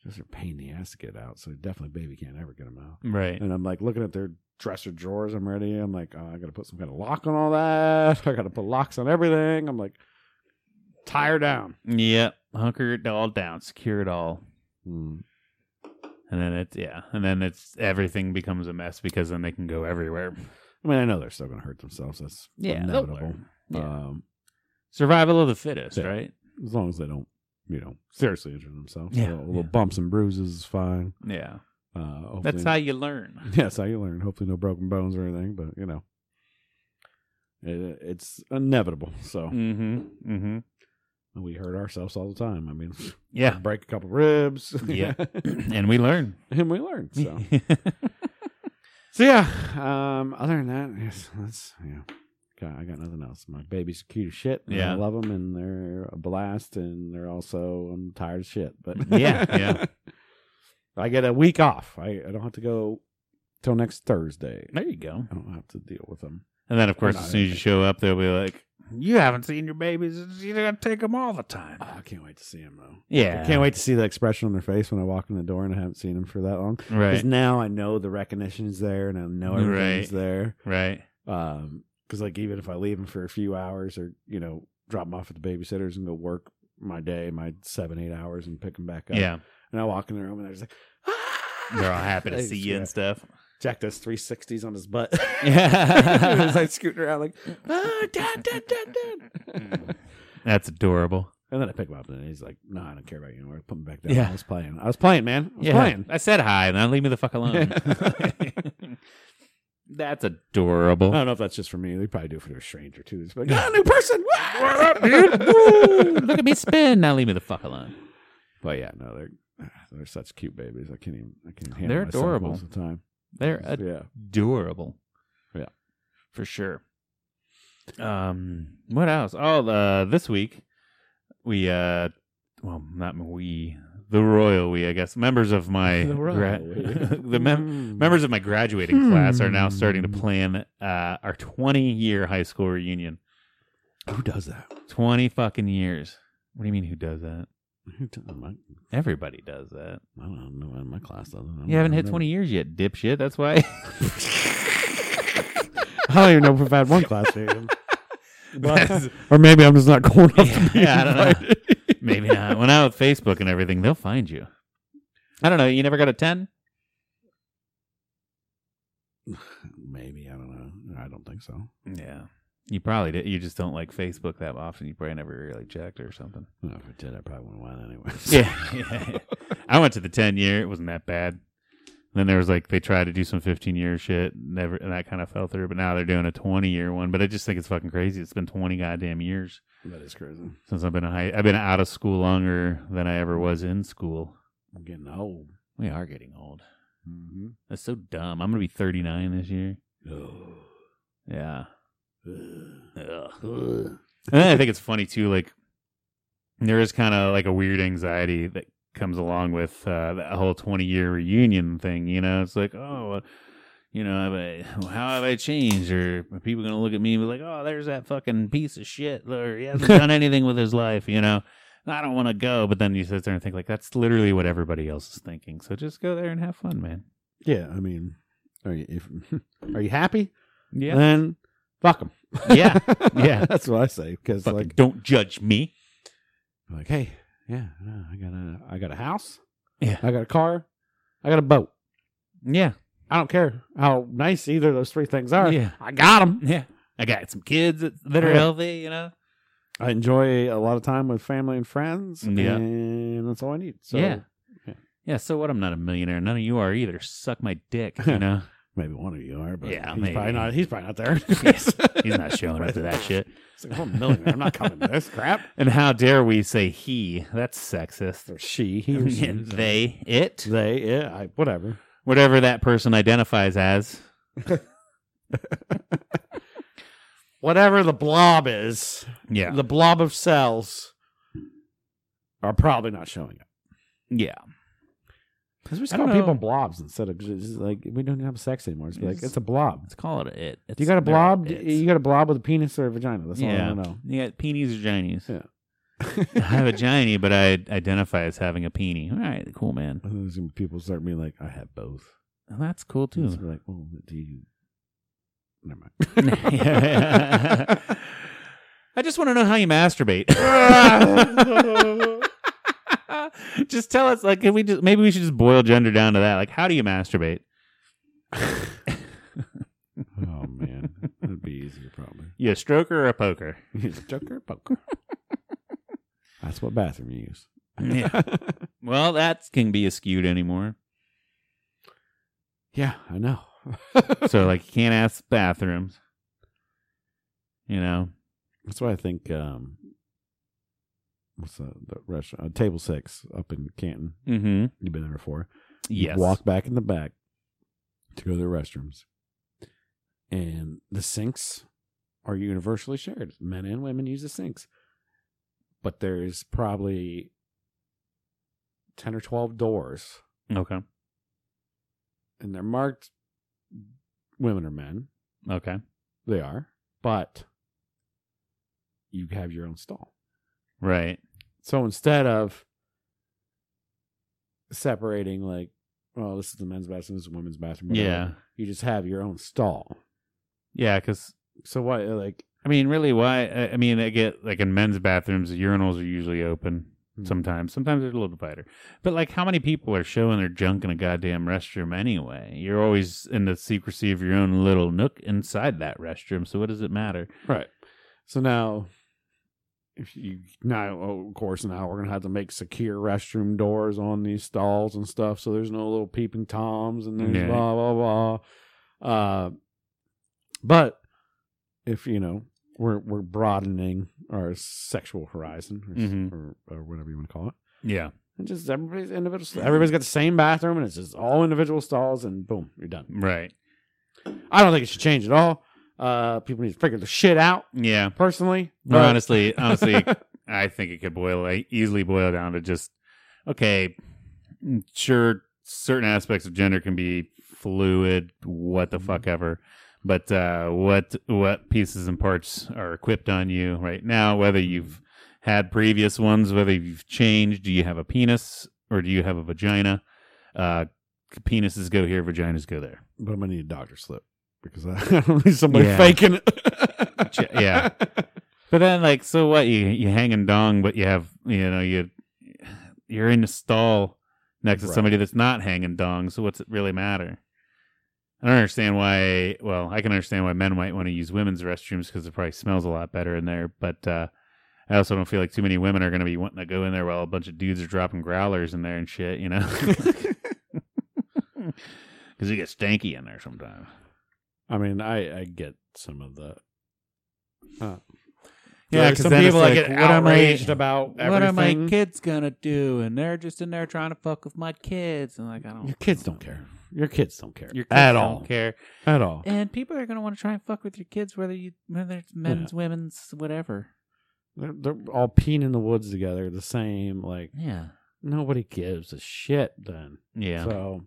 Those are a pain in the ass to get out. So definitely baby can't ever get them out.
Right.
And I'm like looking at their dresser drawers. I'm ready. I'm like, oh, I gotta put some kind of lock on all that. I gotta put locks on everything. I'm like, tire down.
Yep. Hunker it all down. Secure it all.
Hmm.
And then it's yeah. And then it's everything becomes a mess because then they can go everywhere.
I mean, I know they're still going to hurt themselves. That's
Yeah, they'll
inevitable.
learn. Yeah.
Um,
Uh, Survival of the fittest,
Yeah.
right?
as long as they don't, you know, seriously injure themselves.
Yeah,
little, little
yeah.
bumps and bruises is fine.
Yeah.
Uh, hopefully-
That's how you learn.
Yeah, that's how you learn. Hopefully, no broken bones or anything. But you know, it, it's inevitable. So
Mm-hmm. Mm-hmm.
we hurt ourselves all the time. I mean,
Yeah.
break a couple ribs.
Yeah. and we learn.
and we learn. So. So yeah, um, other than that, yes, that's yeah. God, I got nothing else. My babies are cute as shit. and
Yeah.
I love them, and they're a blast, and they're also I'm tired of shit. But
Yeah, yeah.
I get a week off. I, I don't have to go till next Thursday.
there you go.
I don't have to deal with them.
And then of course,
Not
as soon as you
anything.
show up, they'll be like, "You haven't seen your babies. You gotta take them all the time."
Oh, I can't wait to see them though.
Yeah.
I can't wait to see the expression on their face when I walk in the door, and I haven't seen them for that long. Because
Right.
now I know the recognition is there, and I know everything's
Right.
there.
Right.
um because like even if i leave them for a few hours or you know drop them off at the babysitters and go work my day my seven eight hours and pick them back up
Yeah.
and i walk in the room and they're just like
They're all happy to
They
see you and
just-
stuff.
jack does 360s on his butt
Yeah.
he's like scooting around like
"Oh,
ah, dad dad dad dad
That's adorable.
and then i pick him up and he's like no i don't care about you anymore put him back down
Yeah.
i was playing i was playing man i was playing
I said hi. Now leave me the fuck alone. That's adorable.
I don't know if that's just for me. They probably do it for a stranger too. It's like, ah, new person. What up, dude? Woo!
Look at me spin. Now leave me the fuck alone.
But yeah, no, they're they're such cute babies. I can't even I can't even handle
They're
myself
adorable.
most of the time.
They're
yeah,
adorable.
Yeah.
For sure. Um what else? Oh, uh, this week we uh well, not we, the royal we, I guess. Members of my
The royal we. Hmm.
the mem-
Mm.
members of my graduating class are now starting to plan uh our 20 year high school reunion.
Who does that?
20 fucking years. What do you mean who does that?
Who t- my,
Everybody does that.
I don't know. why My class doesn't.
You haven't hit
Never-
20 years yet, dipshit. That's why.
I don't even know if I've had one class here.
That's-
or maybe I'm just not cool enough to be
yeah, I don't know.
invited.
Maybe not. When I with Facebook and everything, they'll find you. I don't know. You never got a 10?
Maybe I don't know. I don't think so.
Yeah. You probably did. You just don't like Facebook that often. You probably never really checked or something.
Well, if I did, I probably wouldn't win anyway.
Yeah. I went to the 10 year. It wasn't that bad. Then there was like, they tried to do some 15 year shit. Never, and that kind of fell through. But now they're doing a 20 year one. But I just think it's fucking crazy. It's been 20 goddamn years.
that is crazy.
since I've been in high, I've been out of school longer than I ever was in school.
I'm getting old.
We are getting old.
Mm-hmm.
That's so dumb. I'm gonna be 39 this year. Yeah.
Ugh.
And then I think it's funny too. Like there is kind of like a weird anxiety that comes along with uh, that whole 20 year reunion thing. You know, it's like oh. well, you know, have I, how have I changed? Or are people going to look at me and be like, oh, there's that fucking piece of shit, or he hasn't done anything with his life, you know? I don't want to go. But then you sit there and think, like, that's literally what everybody else is thinking. So just go there and have fun, man.
Yeah, I mean, are you if are you happy?
Yeah.
Then fuck them.
yeah. Yeah.
that's what I say because
Fucking
like
don't judge me.
like hey yeah no, I got a I got a house
Yeah.
I got a car I got a boat
Yeah.
I don't care how nice either of those three things are
Yeah.
I got them
Yeah. I got some kids that- that are
Yeah.
healthy, you know?
I enjoy a lot of time with family and friends
Mm, Yeah.
and that's all I need so
Yeah. Yeah. So what? I'm not a millionaire. None of you are either. Suck my dick, you know?
maybe one of you are but
Yeah,
he's
maybe.
probably not he's probably not there
He's not showing up to that shit.
He's like, I'm a millionaire I'm not coming to this crap
And how dare we say he? That's sexist.
or she he or she
they, it,
they yeah I, whatever
whatever that person identifies as.
whatever the blob is
Yeah.
the blob of cells are probably not showing up.
Yeah.
Because we just
I
call
don't know.
people blobs instead of just like we don't have sex anymore. It's like
It's-
it's a blob.
Let's call it a it.
Do you got a
They're all
blob? Do
its.
You got a blob with a penis or a vagina? That's all I
Yeah.
want to know.
You got peenies or ginies?
Yeah.
I have a giny, but I identify as having a peenie. All right, cool, man.
And there's gonna be people start being like, I have both.
Well, that's cool
And it's
too.
like, well, do you? Never mind.
I just want to know how you masturbate. just tell us, like, can we just maybe we should just boil gender down to that? Like, how do you masturbate?
Oh man, that'd be easier probably.
You a stroker or a poker?
Use a joker or poker. That's what bathroom you use.
Yeah. well, that can be skewed anymore.
Yeah, I know.
So, like, you can't ask bathrooms. You know,
That's why I think um, what's the, the restaurant? Uh, Table Six up in Canton.
Mm-hmm.
You've been there before. You
Yes.
Walk back in the back to go to the restrooms, and the sinks are universally shared. Men and women use the sinks, but there's probably ten or twelve doors,
Okay.
and they're marked women or men.
Okay.
They are, but you have your own stall.
Right.
So instead of separating, like, oh, this is the men's bathroom, this is the women's bathroom, whatever,
Yeah.
you just have your own stall.
Yeah. Because
So why, uh, like,
I mean, really, why? I I mean, I get like in men's bathrooms, the urinals are usually open.
Hmm.
Sometimes, sometimes there's a little divider. But like, how many people are showing their junk in a goddamn restroom anyway? You're always in the secrecy of your own little nook inside that restroom. So what does it matter?
right? So now, if you now, oh, of course, now we're gonna have to make secure restroom doors on these stalls and stuff. So there's no little peeping toms and there's
Yeah.
blah blah blah. Uh, but if you know, we're we're broadening our sexual horizon or, s-
Mhm.
or, or whatever you want to call it.
Yeah.
And just everybody's individual. Everybody's got the same bathroom, and it's just all individual stalls, and boom, you're done.
Right.
I don't think it should change at all. Uh, people need to figure the shit out.
Yeah.
Personally,
No,
but-
honestly, honestly, I think it could boil like, easily boil down to just okay. mm, Sure, certain aspects of gender can be fluid, what the fuck ever. But uh, what what pieces and parts are equipped on you right now? Whether you've had previous ones, whether you've changed, do you have a penis or do you have a vagina? Uh, penises go here, vaginas go there.
But I'm gonna need a doctor slip because I, I don't need somebody
Yeah.
faking
Ch-
it.
yeah. But then, like, so what? You you hang and dong, but you have you know you you're in a stall next to
Right.
somebody that's not hanging dong. So what's it really matter? I don't understand why. Well, I can understand why men might want to use women's restrooms because it probably smells a lot better in there. But uh, I also don't feel like too many women are going to be wanting to go in there while a bunch of dudes are dropping growlers in there and shit. You know, because it gets stanky in there sometimes.
I mean, I I get some of the. Uh,
Yeah,
like,
'cause
some
then
people
it's
like,
like,
get
what am I-
outraged about everything.
What are my kids gonna do? And they're just in there trying to fuck with my kids, and like I don't.
Your kids don't care. Your kids don't care
Your kids
at
don't
all.
care.
At all.
And people are gonna want to try and fuck with your kids, whether you whether it's men's, women's, whatever.
They're, they're all peeing in the woods together. The same. Like
Yeah,
nobody gives a shit. Then
yeah.
so,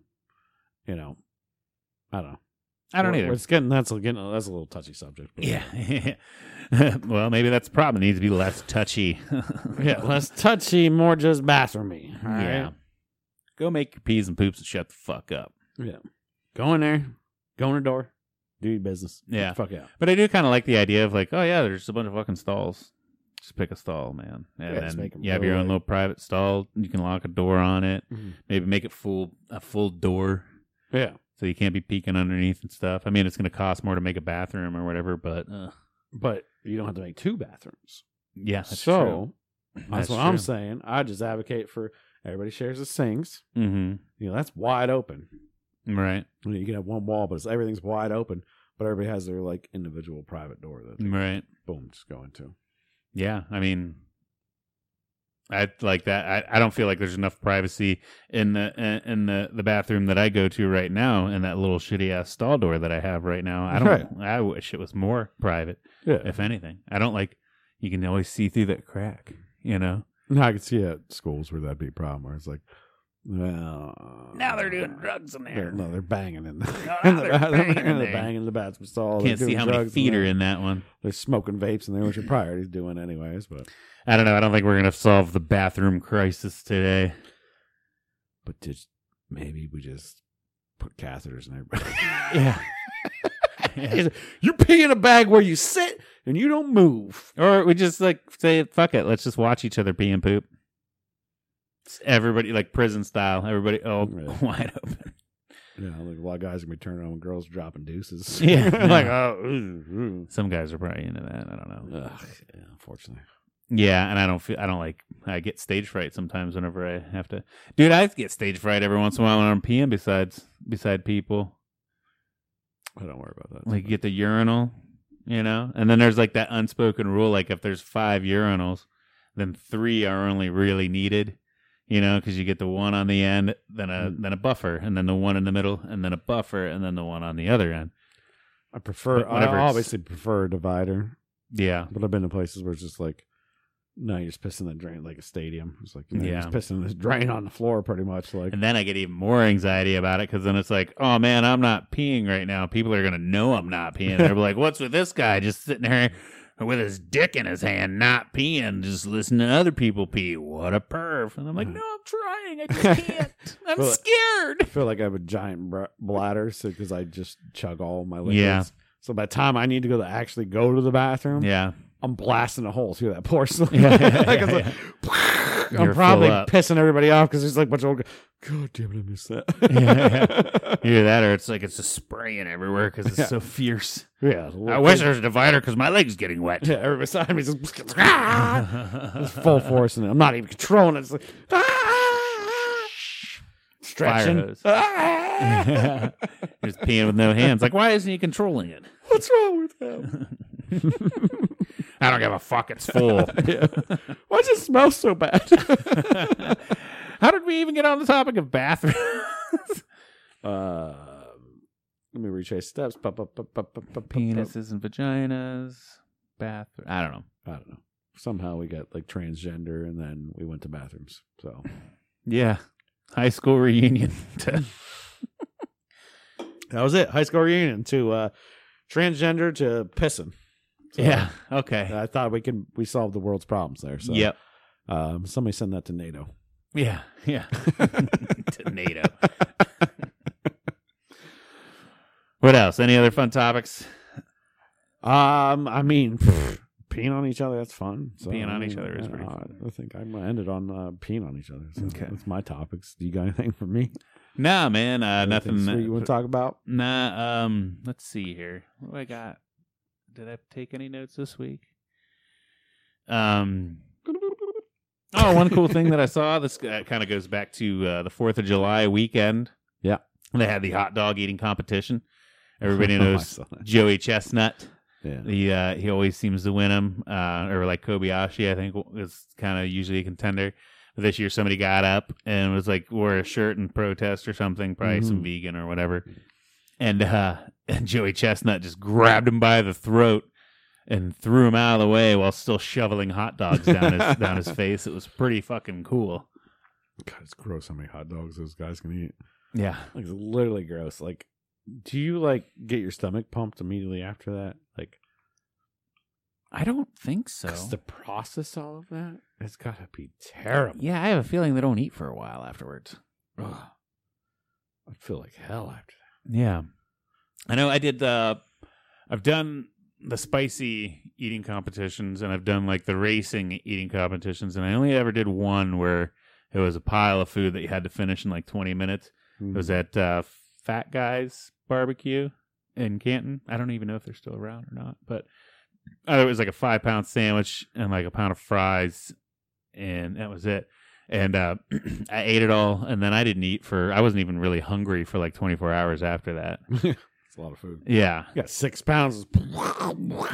you know, I don't know.
I don't
We're-
either.
It's getting that's getting that's a little touchy subject. but-
Yeah. well, maybe that's the problem. It needs to be less touchy.
yeah. Less touchy, more just bathroomy. all right?
Yeah. Go make your peas and poops and shut the fuck up.
Go in there. Go in the door. Do your business. Get
Yeah.
the Fuck out.
But I do kind of like the idea of like, oh yeah, there's just a bunch of fucking stalls. Just pick a stall, man, and
Yeah, just
then
make 'em
you have your
go
own
away.
little private stall. You can lock a door on it.
Mhm.
Maybe make it full a full door,
Yeah.
so you can't be peeking underneath and stuff. I mean, it's going to cost more to make a bathroom or whatever, but uh,
But you don't have to make two bathrooms.
yeah, that's
so
true.
that's, what I'm saying. I just advocate for everybody shares the sinks.
saying.
You know, that's wide open.
hmm Mm-hmm. Right,
You, know, you can have one wall, but it's, everything's wide open. But everybody has their like individual private door that they,
right,
boom just go into.
yeah. I mean, I like that. I, I don't feel like there's enough privacy in the in the the bathroom that I go to right now, and that little shitty ass stall door that I have right now. I don't. I wish it was more private,
Yeah.
if anything. I don't like. You can always see through that crack, you know.
No, I could see at schools where that'd be a problem. Where it's like, well,
drugs in
They're, no, they're banging in the,
No,
in the
they're
bathroom.
banging in
They're
there.
banging in the bathroom stall. They're
Can't see
doing
how many
drugs in
feet
there.
are in that one.
They're smoking vapes in there, which you're probably already doing anyways. But
I don't know. I don't think we're gonna solve the bathroom crisis today.
but just maybe we just put catheters in everybody.
Yeah.
you pee in a bag where you sit and you don't move.
Or we just like say, fuck it. Let's just watch each other pee and poop. It's everybody like prison style. Everybody all
Really?
wide open.
Yeah, like a lot of guys are gonna be turning on when girls dropping deuces.
Yeah, uh,
like
no.
oh, ooh,
Some guys are probably into that. I don't
ooh.
know.
Ugh, yeah, unfortunately.
Yeah, and I don't feel. I don't like. I get stage fright sometimes whenever I have to. Dude, I get stage fright every once in a while when I'm peeing. Besides, beside people.
I don't worry about that.
like you get the urinal, you know, and then there's like that unspoken rule, like if there's five urinals, then three are only really needed, you know, because you get the one on the end, then a
Mm.
then a buffer, and then the one in the middle, and then a buffer, and then the one on the other end.
I prefer.
But whenever
I
it's-
obviously prefer a divider,
Yeah,
but I've been to places where it's just like, no, you're just pissing the drain like a stadium. It's like you know,
Yeah.
you're just pissing this drain on the floor, pretty much. Like
and then I get even more anxiety about it because then it's like, oh man, I'm not peeing right now. People are gonna know I'm not peeing. They're like, what's with this guy just sitting there? With his dick in his hand, not peeing, just listening to other people pee. What a perv! And I'm like,
Mm.
no, I'm trying. I just can't. I'm
Well, I
scared.
feel like I have a giant br- bladder, so because I just chug all my liquids.
Yeah.
So by the time I need to go to actually go to the bathroom,
Yeah.
I'm blasting a hole through that porcelain.
Yeah,
Like,
yeah,
it's
yeah,
like,
You're
I'm probably
full up.
pissing everybody off because there's like a bunch of old. g- God damn it, I missed that.
Yeah, Either that or it's like it's just spraying everywhere because it's
Yeah.
so fierse.
yeah. the
I
little
wish
kid-
there was a divider because my leg's getting wet.
Yeah, everybody beside me is just ah! It's full
full
force, and I'm not even controlling it. It's like ah!
Fire
stretching.
hose.
Ah!
Just peeing with no hands. Like, why isn't he controlling it?
What's wrong with him?
I don't give a fuck. It's full.
Yeah. Why does it smell so bad?
How did we even get on the topic of bathrooms?
Um, let me retrace steps. Pop, pop, pop, pop, pop, pop, pop.
Penises and vaginas, bathroom. I don't know.
I don't know. Somehow we got like transgender, and then we went to bathrooms. So
Yeah. High school reunion.
that was it. High school reunion to uh, transgender to pissing. So
yeah. Okay.
I thought we can we solved the world's problems there. So
Yep.
um, somebody send that to NATO.
Yeah. Yeah. to NATO. what else? Any other fun topics?
Um, I mean, pfft, peeing on each other—that's fun. So,
Peeing on
I
each other is
I-
pretty
I-
fun.
I think I'm gonna end it on uh, peeing on each other. So
Okay.
that's my topics. Do you got anything for me?
Nah, man. Uh,
Anything
nothing.
sweet you want to talk about?
Nah, um, let's see here. What do I got? Did I take any notes this week? Um, oh, one cool thing that I saw. This uh, kind of goes back to uh, the Fourth of July weekend.
Yeah.
they had the hot dog eating competition. Everybody
I
knows
saw that.
Joey Chestnut.
Yeah.
The uh, he always seems to win them, uh, or like Kobayashi, I think is kind of usually a contender. But this year, somebody got up and was like wore a shirt in protest or something, probably some vegan or whatever. And uh, and Joey Chestnut just grabbed him by the throat and threw him out of the way while still shoveling hot dogs down his down his face. It was pretty fucking cool.
God, it's gross how many hot dogs those guys can eat.
Yeah,
Like, it's literally gross. Like, do you like get your stomach pumped immediately after that? Like,
I don't think so.
because to process all of that, it's gotta be terrible.
Yeah, I have a feeling they don't eat for a while afterwards.
Ugh. I feel like hell after
Yeah. I know I did uh I've done the spicy eating competitions and I've done like the racing eating competitions and I only ever did one where it was a pile of food that you had to finish in like 20 minutes.
that.
It was at uh Fat Guys Barbecue in Canton. I don't even know if they're still around or not, but uh, it was like a 5 pound sandwich and like a pound of fries and that was it. And uh, I ate it all, and then I didn't eat for. I wasn't even really hungry for like 24 hours after that.
it's a lot of food.
Yeah.
You got six pounds.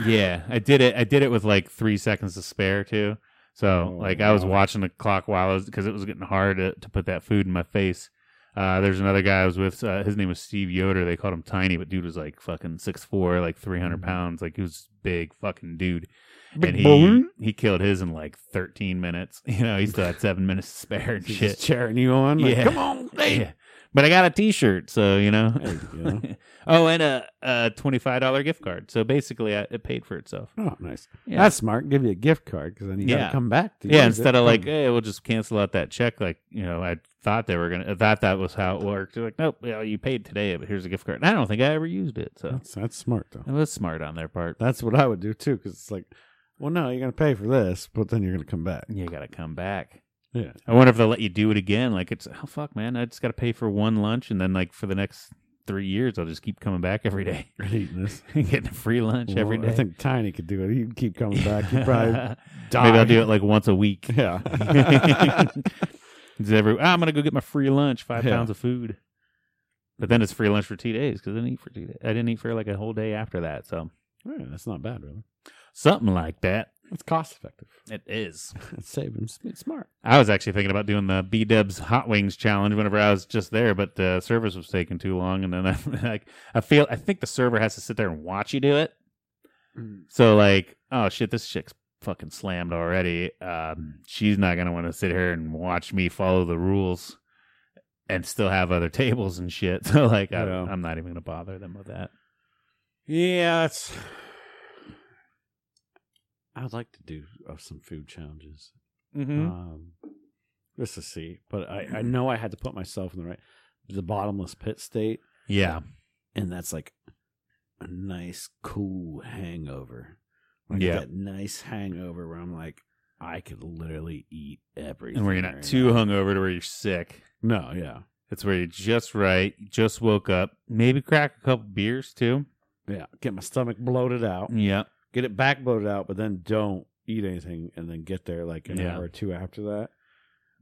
Yeah. I did it. I did it with like three seconds to spare too. So
Oh,
like I was
wow.
watching the clock while I was because it was getting hard to, to put that food in my face. Uh, there's another guy I was with. Uh, his name was Steve Yoder. They called him Tiny, but dude was like fucking six four, like three
Mm-hmm.
hundred pounds. Like he was big fucking dude. and he he killed his in like thirteen minutes. You know he still had seven minutes to spare and
He's
shit.
just cheering you on. Like,
Yeah.
Come on, babe.
Yeah. But I got a T-shirt, so you know.
There you go.
oh, and a, a twenty-five dollar gift card. So basically, I, it paid for itself.
Oh, nice.
Yeah.
That's smart. Give you a gift card because then you
Yeah.
gotta come back. To
yeah,
use it. Oh.
instead of like, eh,
Boom.
hey, we'll just cancel out that check. Like, you know, I thought they were gonna. I thought that was how it worked. They're like, nope, well, you paid today, but here's a gift card. And I don't think I ever used it, so
that's, that's smart though.
it was smart on their part.
That's what I would do too because it's like, well, no, you're gonna pay for this, but then you're gonna come back.
You got to come back.
Yeah.
I wonder if they'll let you do it again. Like, it's oh fuck, man, I just got to pay for one lunch, and then like for the next three years, I'll just keep coming back every day,
Eating this.
getting a free lunch every
Well,
day.
I think Tiny could do it. He'd keep coming back. He'd probably
Maybe
die.
I'll do it like once a week.
yeah.
it's every, "Ah, I'm gonna go get my free lunch, five
Yeah.
pounds of food. But then it's free lunch for two days because I didn't eat for two days. I didn't eat for like a whole day after that. So
Yeah, that's not bad, really.
something like that.
It's cost effective.
It is.
It's saving. It's smart.
I was actually thinking about doing the B Dubs Hot Wings challenge whenever I was just there, but the service was taking too long, and then I like I feel I think the server has to sit there and watch you do it. So like, oh shit, this chick's fucking slammed already. Um, she's not gonna want to sit here and watch me follow the rules and still have other tables and shit. So like, I,
Yeah.
I'm not even gonna bother them with that.
Yeah, that's. I would like to do uh, some food challenges,
Mm-hmm.
um, just to see. But I, I know I had to put myself in the right, the bottomless pit state,
Yeah,
and that's like a nice, cool hangover. Like
Yeah.
that nice hangover where I'm like, I could literally eat everything.
and where you're
right
not
now.
too hungover to where you're sick.
No, yeah,
It's where you're just right, you just woke up, maybe crack a couple beers too.
yeah. Get my stomach bloated out.
Yeah.
get it back bloated out, but then don't eat anything and then get there like an
Yeah.
hour or two after that.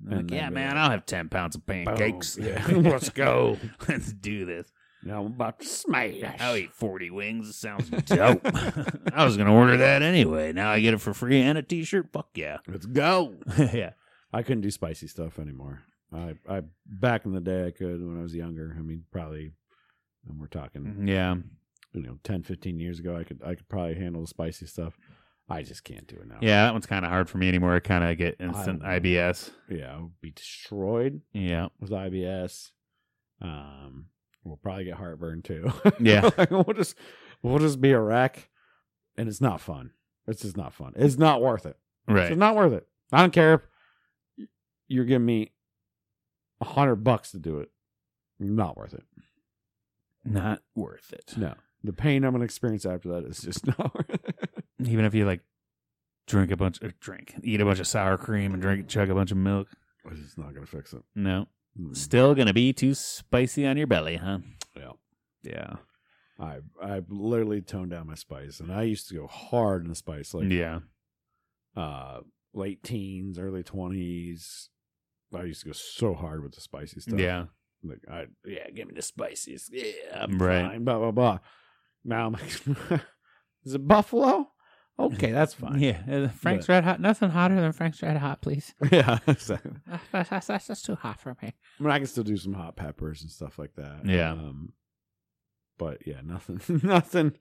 Like,
And
yeah,
then be
man,
like,
I'll have 10 pounds of pancakes.
Boom. Yeah. Let's go.
Let's do this.
Now I'm about to smash.
I'll eat 40 wings. It sounds dope. I was going to order that anyway. Now I get it for free and a t shirt. Fuck yeah.
Let's go.
yeah.
I couldn't do spicy stuff anymore. I, I back in the day I could when I was younger. I mean, probably and we're talking,
Yeah.
you know, 10, 15 years ago I could I could probably handle the spicy stuff. I just can't do it now.
Yeah. That one's kind of hard for me anymore. I kind of get instant
I-
IBS.
Yeah, I would be destroyed
Yeah.
with IBS. Um we'll probably get heartburn too.
Yeah.
Like, we'll just we'll just be a wreck and it's not fun. It's just not fun. It's not worth it.
Right.
It's not worth it. I don't care if y- you're giving me a hundred bucks to do it. Not worth it.
Not worth it.
No, the pain I'm gonna experience after that is just not. worth it.
Even if you like drink a bunch or drink, eat a bunch of sour cream and drink chug a bunch of milk.
It's just not gonna fix it.
No.
Mm.
Still gonna be too spicy on your belly, huh?
Yeah.
Yeah.
I I literally toned down my spice, and I used to go hard in the spice, like
yeah.
uh, late teens, early twenties. I used to go so hard with the spicy stuff.
Yeah.
like I yeah, give me the spiciest. Yeah, I'm
Right.
fine. Blah blah blah. Now I'm like, is it buffalo? Okay, that's fine.
Yeah. uh, Frank's Red Hot. Nothing hotter than Frank's Red Hot, please.
yeah. Exactly.
That's, that's, that's just too hot for me.
I mean, I can still do some hot peppers and stuff like that.
Yeah.
Um, but yeah, nothing, nothing,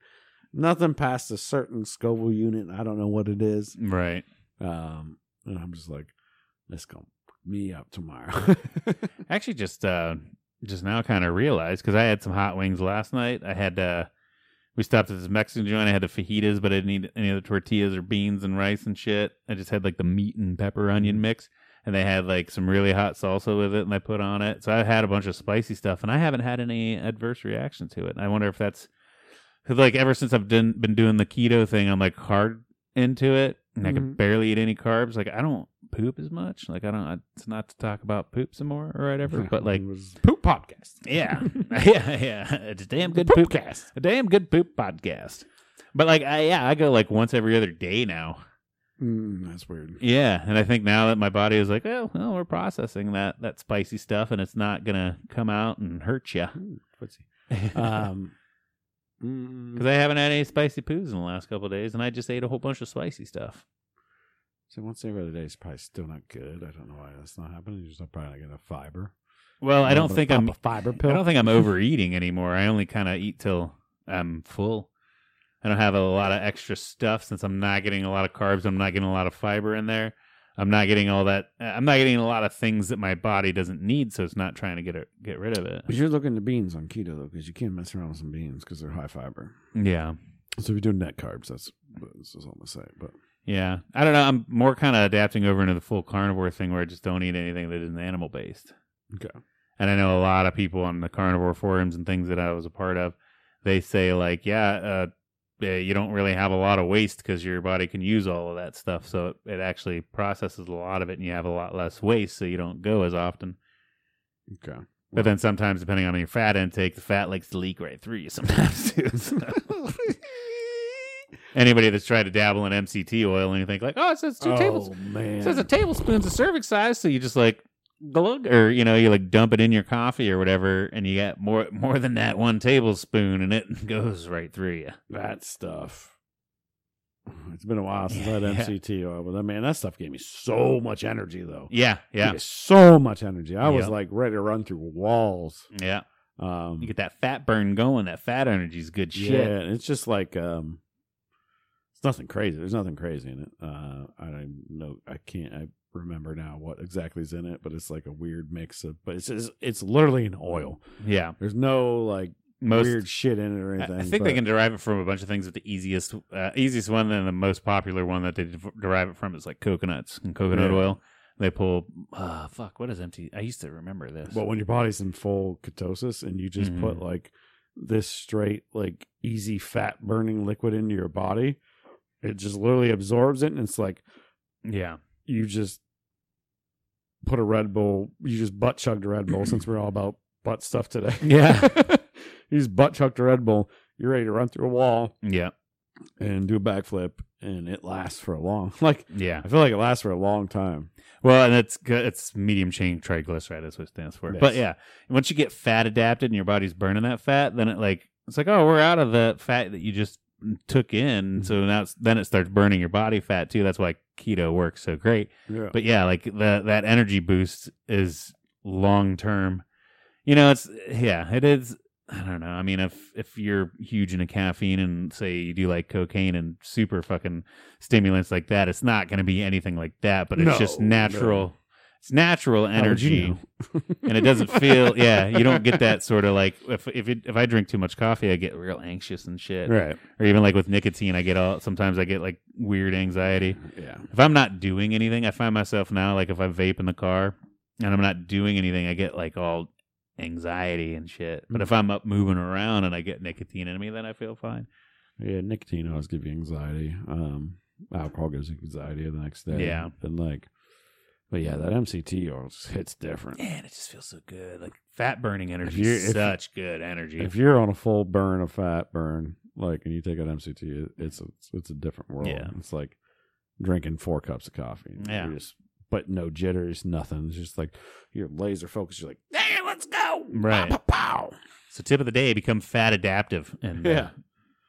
nothing past a certain Scoville unit. I don't know what it is.
Right.
Um, and I'm just like, let's go me up tomorrow.
Actually, just uh, just now kind of realized because I had some hot wings last night. I had uh, we stopped at this Mexican joint. I had the fajitas, but I didn't eat any of the tortillas or beans and rice and shit. I just had like the meat and pepper onion mix, and they had like some really hot salsa with it, and I put on it. So I had a bunch of spicy stuff, and I haven't had any adverse reaction to it. I wonder if that's 'cause, like ever since I've done, been doing the keto thing, I'm like hard into it, and I can
Mhm.
barely eat any carbs. Like I don't poop as much. Like I don't. It's not to talk about poop some more or whatever, but like
it was poop podcast.
yeah, yeah, yeah. It's a damn good poop,
cast.
a damn good poop podcast. But like, I yeah, I go like once every other day now.
Mm, that's weird.
Yeah, and I think now that my body is like, oh, well, we're processing that that spicy stuff, and it's not gonna come out and hurt you
Ooh, footsie.
because
Um, mm,
I haven't had any spicy poos in the last couple of days, and I just ate a whole bunch of spicy stuff.
so once every other day is probably still not good. I don't know why that's not happening. You're just probably not getting fiber.
Well, I
You
don't
wanna
think
pop
I'm
a fiber
I
pill.
don't think I'm overeating anymore. I only kind of eat till I'm full. I don't have a lot of extra stuff since I'm not getting a lot of carbs. I'm not getting a lot of fiber in there. I'm not getting all that. uh, I'm not getting a lot of things that my body doesn't need, so it's not trying to get it, get rid of it.
But you're looking to beans on keto though, because you can't mess around with some beans because they're high fiber.
Yeah,
So if you're doing net carbs, that's this is all I'm gonna say. But
yeah. I don't know. I'm more kind of adapting over into the full carnivore thing, where I just don't eat anything that isn't animal based.
okay,
and I know a lot of people on the carnivore forums and things that I was a part of, they say like, yeah, uh, yeah, you don't really have a lot of waste because your body can use all of that stuff, so it, it actually processes a lot of it, and you have a lot less waste, so you don't go as often.
okay.
But then sometimes, depending on your fat intake, the fat likes to leak right through you sometimes too. so. Anybody that's tried to dabble in MCT oil and you think like, oh, it says two tablespoons.
man,
It says a tablespoon's a serving size, so you just like glug, or you know, you like dump it in your coffee or whatever, and you got more more than that one tablespoon, and it goes right through you.
that stuff. It's been a while since I had
Yeah.
MCT oil, but that man, that stuff gave me so much energy though.
Yeah, yeah,
Gave me so much energy. I was
Yep.
like ready to run through walls.
yeah.
Um,
You get that fat burn going. That fat energy's good shit.
Yeah, and it's just like um, it's nothing crazy. There's nothing crazy in it. Uh, I don't know. I can't. I remember now what exactly is in it, but it's like a weird mix of. But it's just, it's literally an oil.
Yeah.
There's no like
Most.
weird shit in it or
I-
anything.
I think they
but-
can derive it from a bunch of things, but the easiest, uh, easiest one and the most popular one that they de- derive it from is like coconuts and coconut
Yeah.
oil. They pull, uh, fuck, what is empty? I used to remember this.
But when your body's in full ketosis and you just
Mhm.
put like this straight, like easy fat burning liquid into your body, it just literally absorbs it, and it's like
yeah,
you just put a Red Bull, you just butt chugged a Red Bull since we're all about butt stuff today.
Yeah.
you just butt chugged a Red Bull. You're ready to run through a wall
yeah,
and do a backflip, and it lasts for a long. Like
yeah.
I feel like it lasts for a long time.
Well, and it's good. It's medium chain triglyceride. That's what it stands for.
Yes.
But yeah, once you get fat adapted and your body's burning that fat, then it like it's like oh, we're out of the fat that you just took in.
Mm-hmm.
So now it's, then it starts burning your body fat too. That's why keto works so great.
Yeah.
But yeah, like the that energy boost is long term. You know, it's yeah, it is. I don't know. I mean, if if you're huge into caffeine and say you do like cocaine and super fucking stimulants like that, it's not going to be anything like that. But it's just
No,
natural. It's natural
How would
energy,
you
and it doesn't feel. Yeah, you don't get that sort of like if if it, if I drink too much coffee, I get real anxious and shit.
know? Right.
Or even like with nicotine, I get all. Sometimes I get like weird anxiety.
Yeah.
If I'm not doing anything, I find myself now like if I vape in the car and I'm not doing anything, I get like all anxiety and shit. But if I'm up moving around and I get nicotine in me, then I feel fine.
Yeah, nicotine always gives you anxiety. Um, alcohol gives you anxiety the next day.
Yeah.
and like, but yeah, that MCT always hits different.
Man, it just feels so good. Like fat burning energy
you're-
is
if-
such good energy.
If you're on a full burn, a fat burn, like, and you take out MCT, it- it's a, it's a different world.
Yeah.
It's like drinking four cups of coffee.
Yeah.
You're just but no jitters, nothing. It's just like you're laser focused. You're like, hey, let's go.
Right.
Pow, pow, pow.
so tip of the day, become fat adaptive and uh,
Yeah.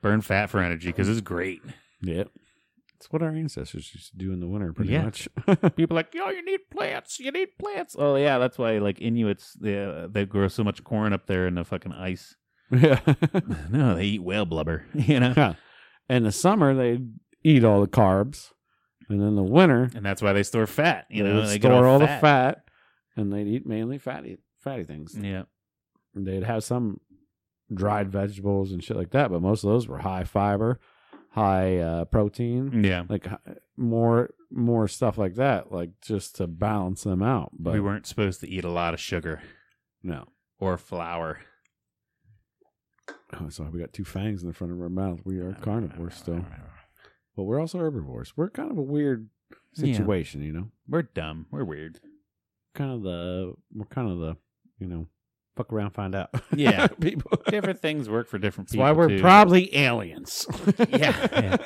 burn fat for energy because it's great.
Yep. It's what our ancestors used to do in the winter, pretty
Yeah.
much.
People are like, yo, you need plants. You need plants. Oh yeah, that's why like Inuits they, uh, they grow so much corn up there in the fucking ice.
yeah.
no, they eat whale blubber. You know.
In the summer, they eat all the carbs, and in the winter,
and that's why they store fat. You know,
they'd
they get
store all, the fat, and they'd eat mainly fatty fatty things.
Yeah,
And They'd have some dried vegetables and shit like that, but most of those were high fiber, high uh, protein,
yeah.
like h- more more stuff like that, like just to balance them out. But
we weren't supposed to eat a lot of sugar
no,
or flour.
oh, so we got two fangs in the front of our mouth. We are carnivores still, but we're also herbivores. We're kind of a weird
Yeah.
situation, you know.
We're dumb. We're weird.
kind of the we're kind of the you know fuck around find out
Yeah.
people
different things work for different
that's
people.
why we're
too.
probably aliens
Yeah.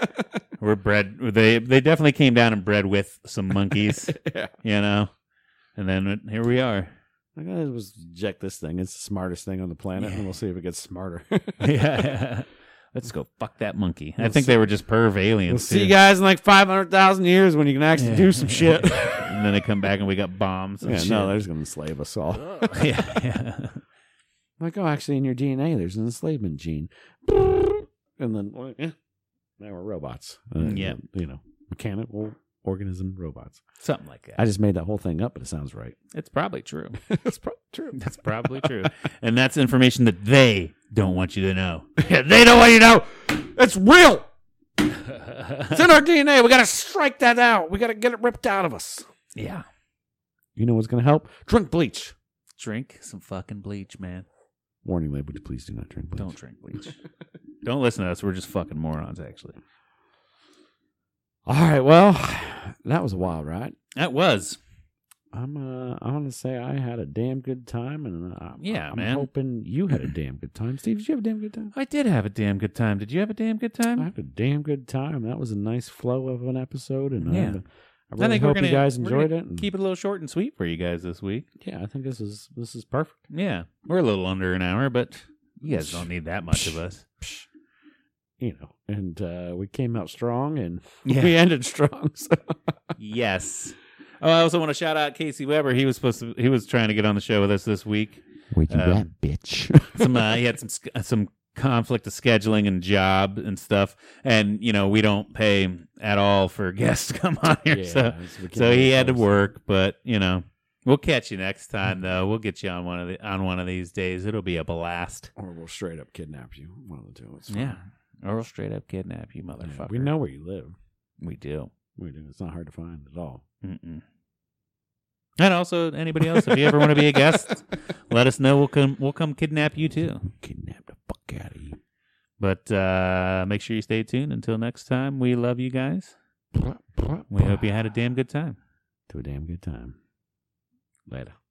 we're bred. They they definitely came down and bred with some monkeys.
yeah
you know, and then here we are.
i gotta just reject "Oh, this thing it's the smartest thing on the planet
Yeah.
and we'll see if it gets smarter
yeah. Let's go fuck that monkey. I
We'll
think
see-
they were just perv aliens.
we'll see
too.
you guys in like 500000 years when you can actually
Yeah.
do some shit
and then they come back and we got bombs. And
yeah
shit.
no they're just gonna enslave us all
yeah, yeah.
like oh actually in your dna there's an enslavement gene and then well, eh, now we're robots Uh,
Yeah.
you know mechanical organism robots
something like that.
I just made that whole thing up, but it sounds right.
It's probably true.
That's probably true.
That's probably true. and that's information that they don't want you to know. they don't want you to know.
It's real.
It's
It's in our DNA. We got to strike that out. We got to get it ripped out of us.
yeah.
You know what's going to help? Drink bleach.
Drink some fucking bleach, man.
Warning label, please do not drink bleach.
Don't drink bleach. don't listen to us. We're just fucking morons, actually.
All right. Well, that was a wild ride.
That was.
I'm uh, I want to say I had a damn good time, and uh,
Yeah,
I'm
man.
hoping you had a damn good time. Steve, did you have a damn good time?
I did have a damn good time. Did you have a damn good time?
I had a damn good time. That was a nice flow of an episode, and
Yeah.
yeah. I, really
we're
hope
gonna-
you guys
we're
enjoyed
gonna
it. and-
Keep it a little short and sweet for you guys this week.
yeah, I think this is this is perfect.
Yeah, we're a little under an hour, but you guys don't need that much of us.
you know, and uh, we came out strong and
Yeah.
we ended strong. So.
yes. Oh, I also want to shout out Casey Weber. He was supposed to. He was trying to get on the show with us this week.
Where'd
you Uh,
at, bitch?
some uh, he had some sc- some conflict of scheduling and job and stuff and you know we don't pay at all for guests to come on here so so he had to work but you know we'll catch you next time though we'll get you on one of the on one of these days it'll be a blast
Or we'll straight up kidnap you. One of the two. It's fine.
yeah or we'll straight up kidnap you
Yeah,
motherfucker
We know where you live.
we do
We do. It's not hard to find at all.
Mm-mm. and also anybody else if you ever want to be a guest let us know we'll come we'll come kidnap you too
Kidnap the fuck out of you.
but uh make sure you stay tuned until next time we love you guys We hope you had a damn good time.
To a damn good time. Later.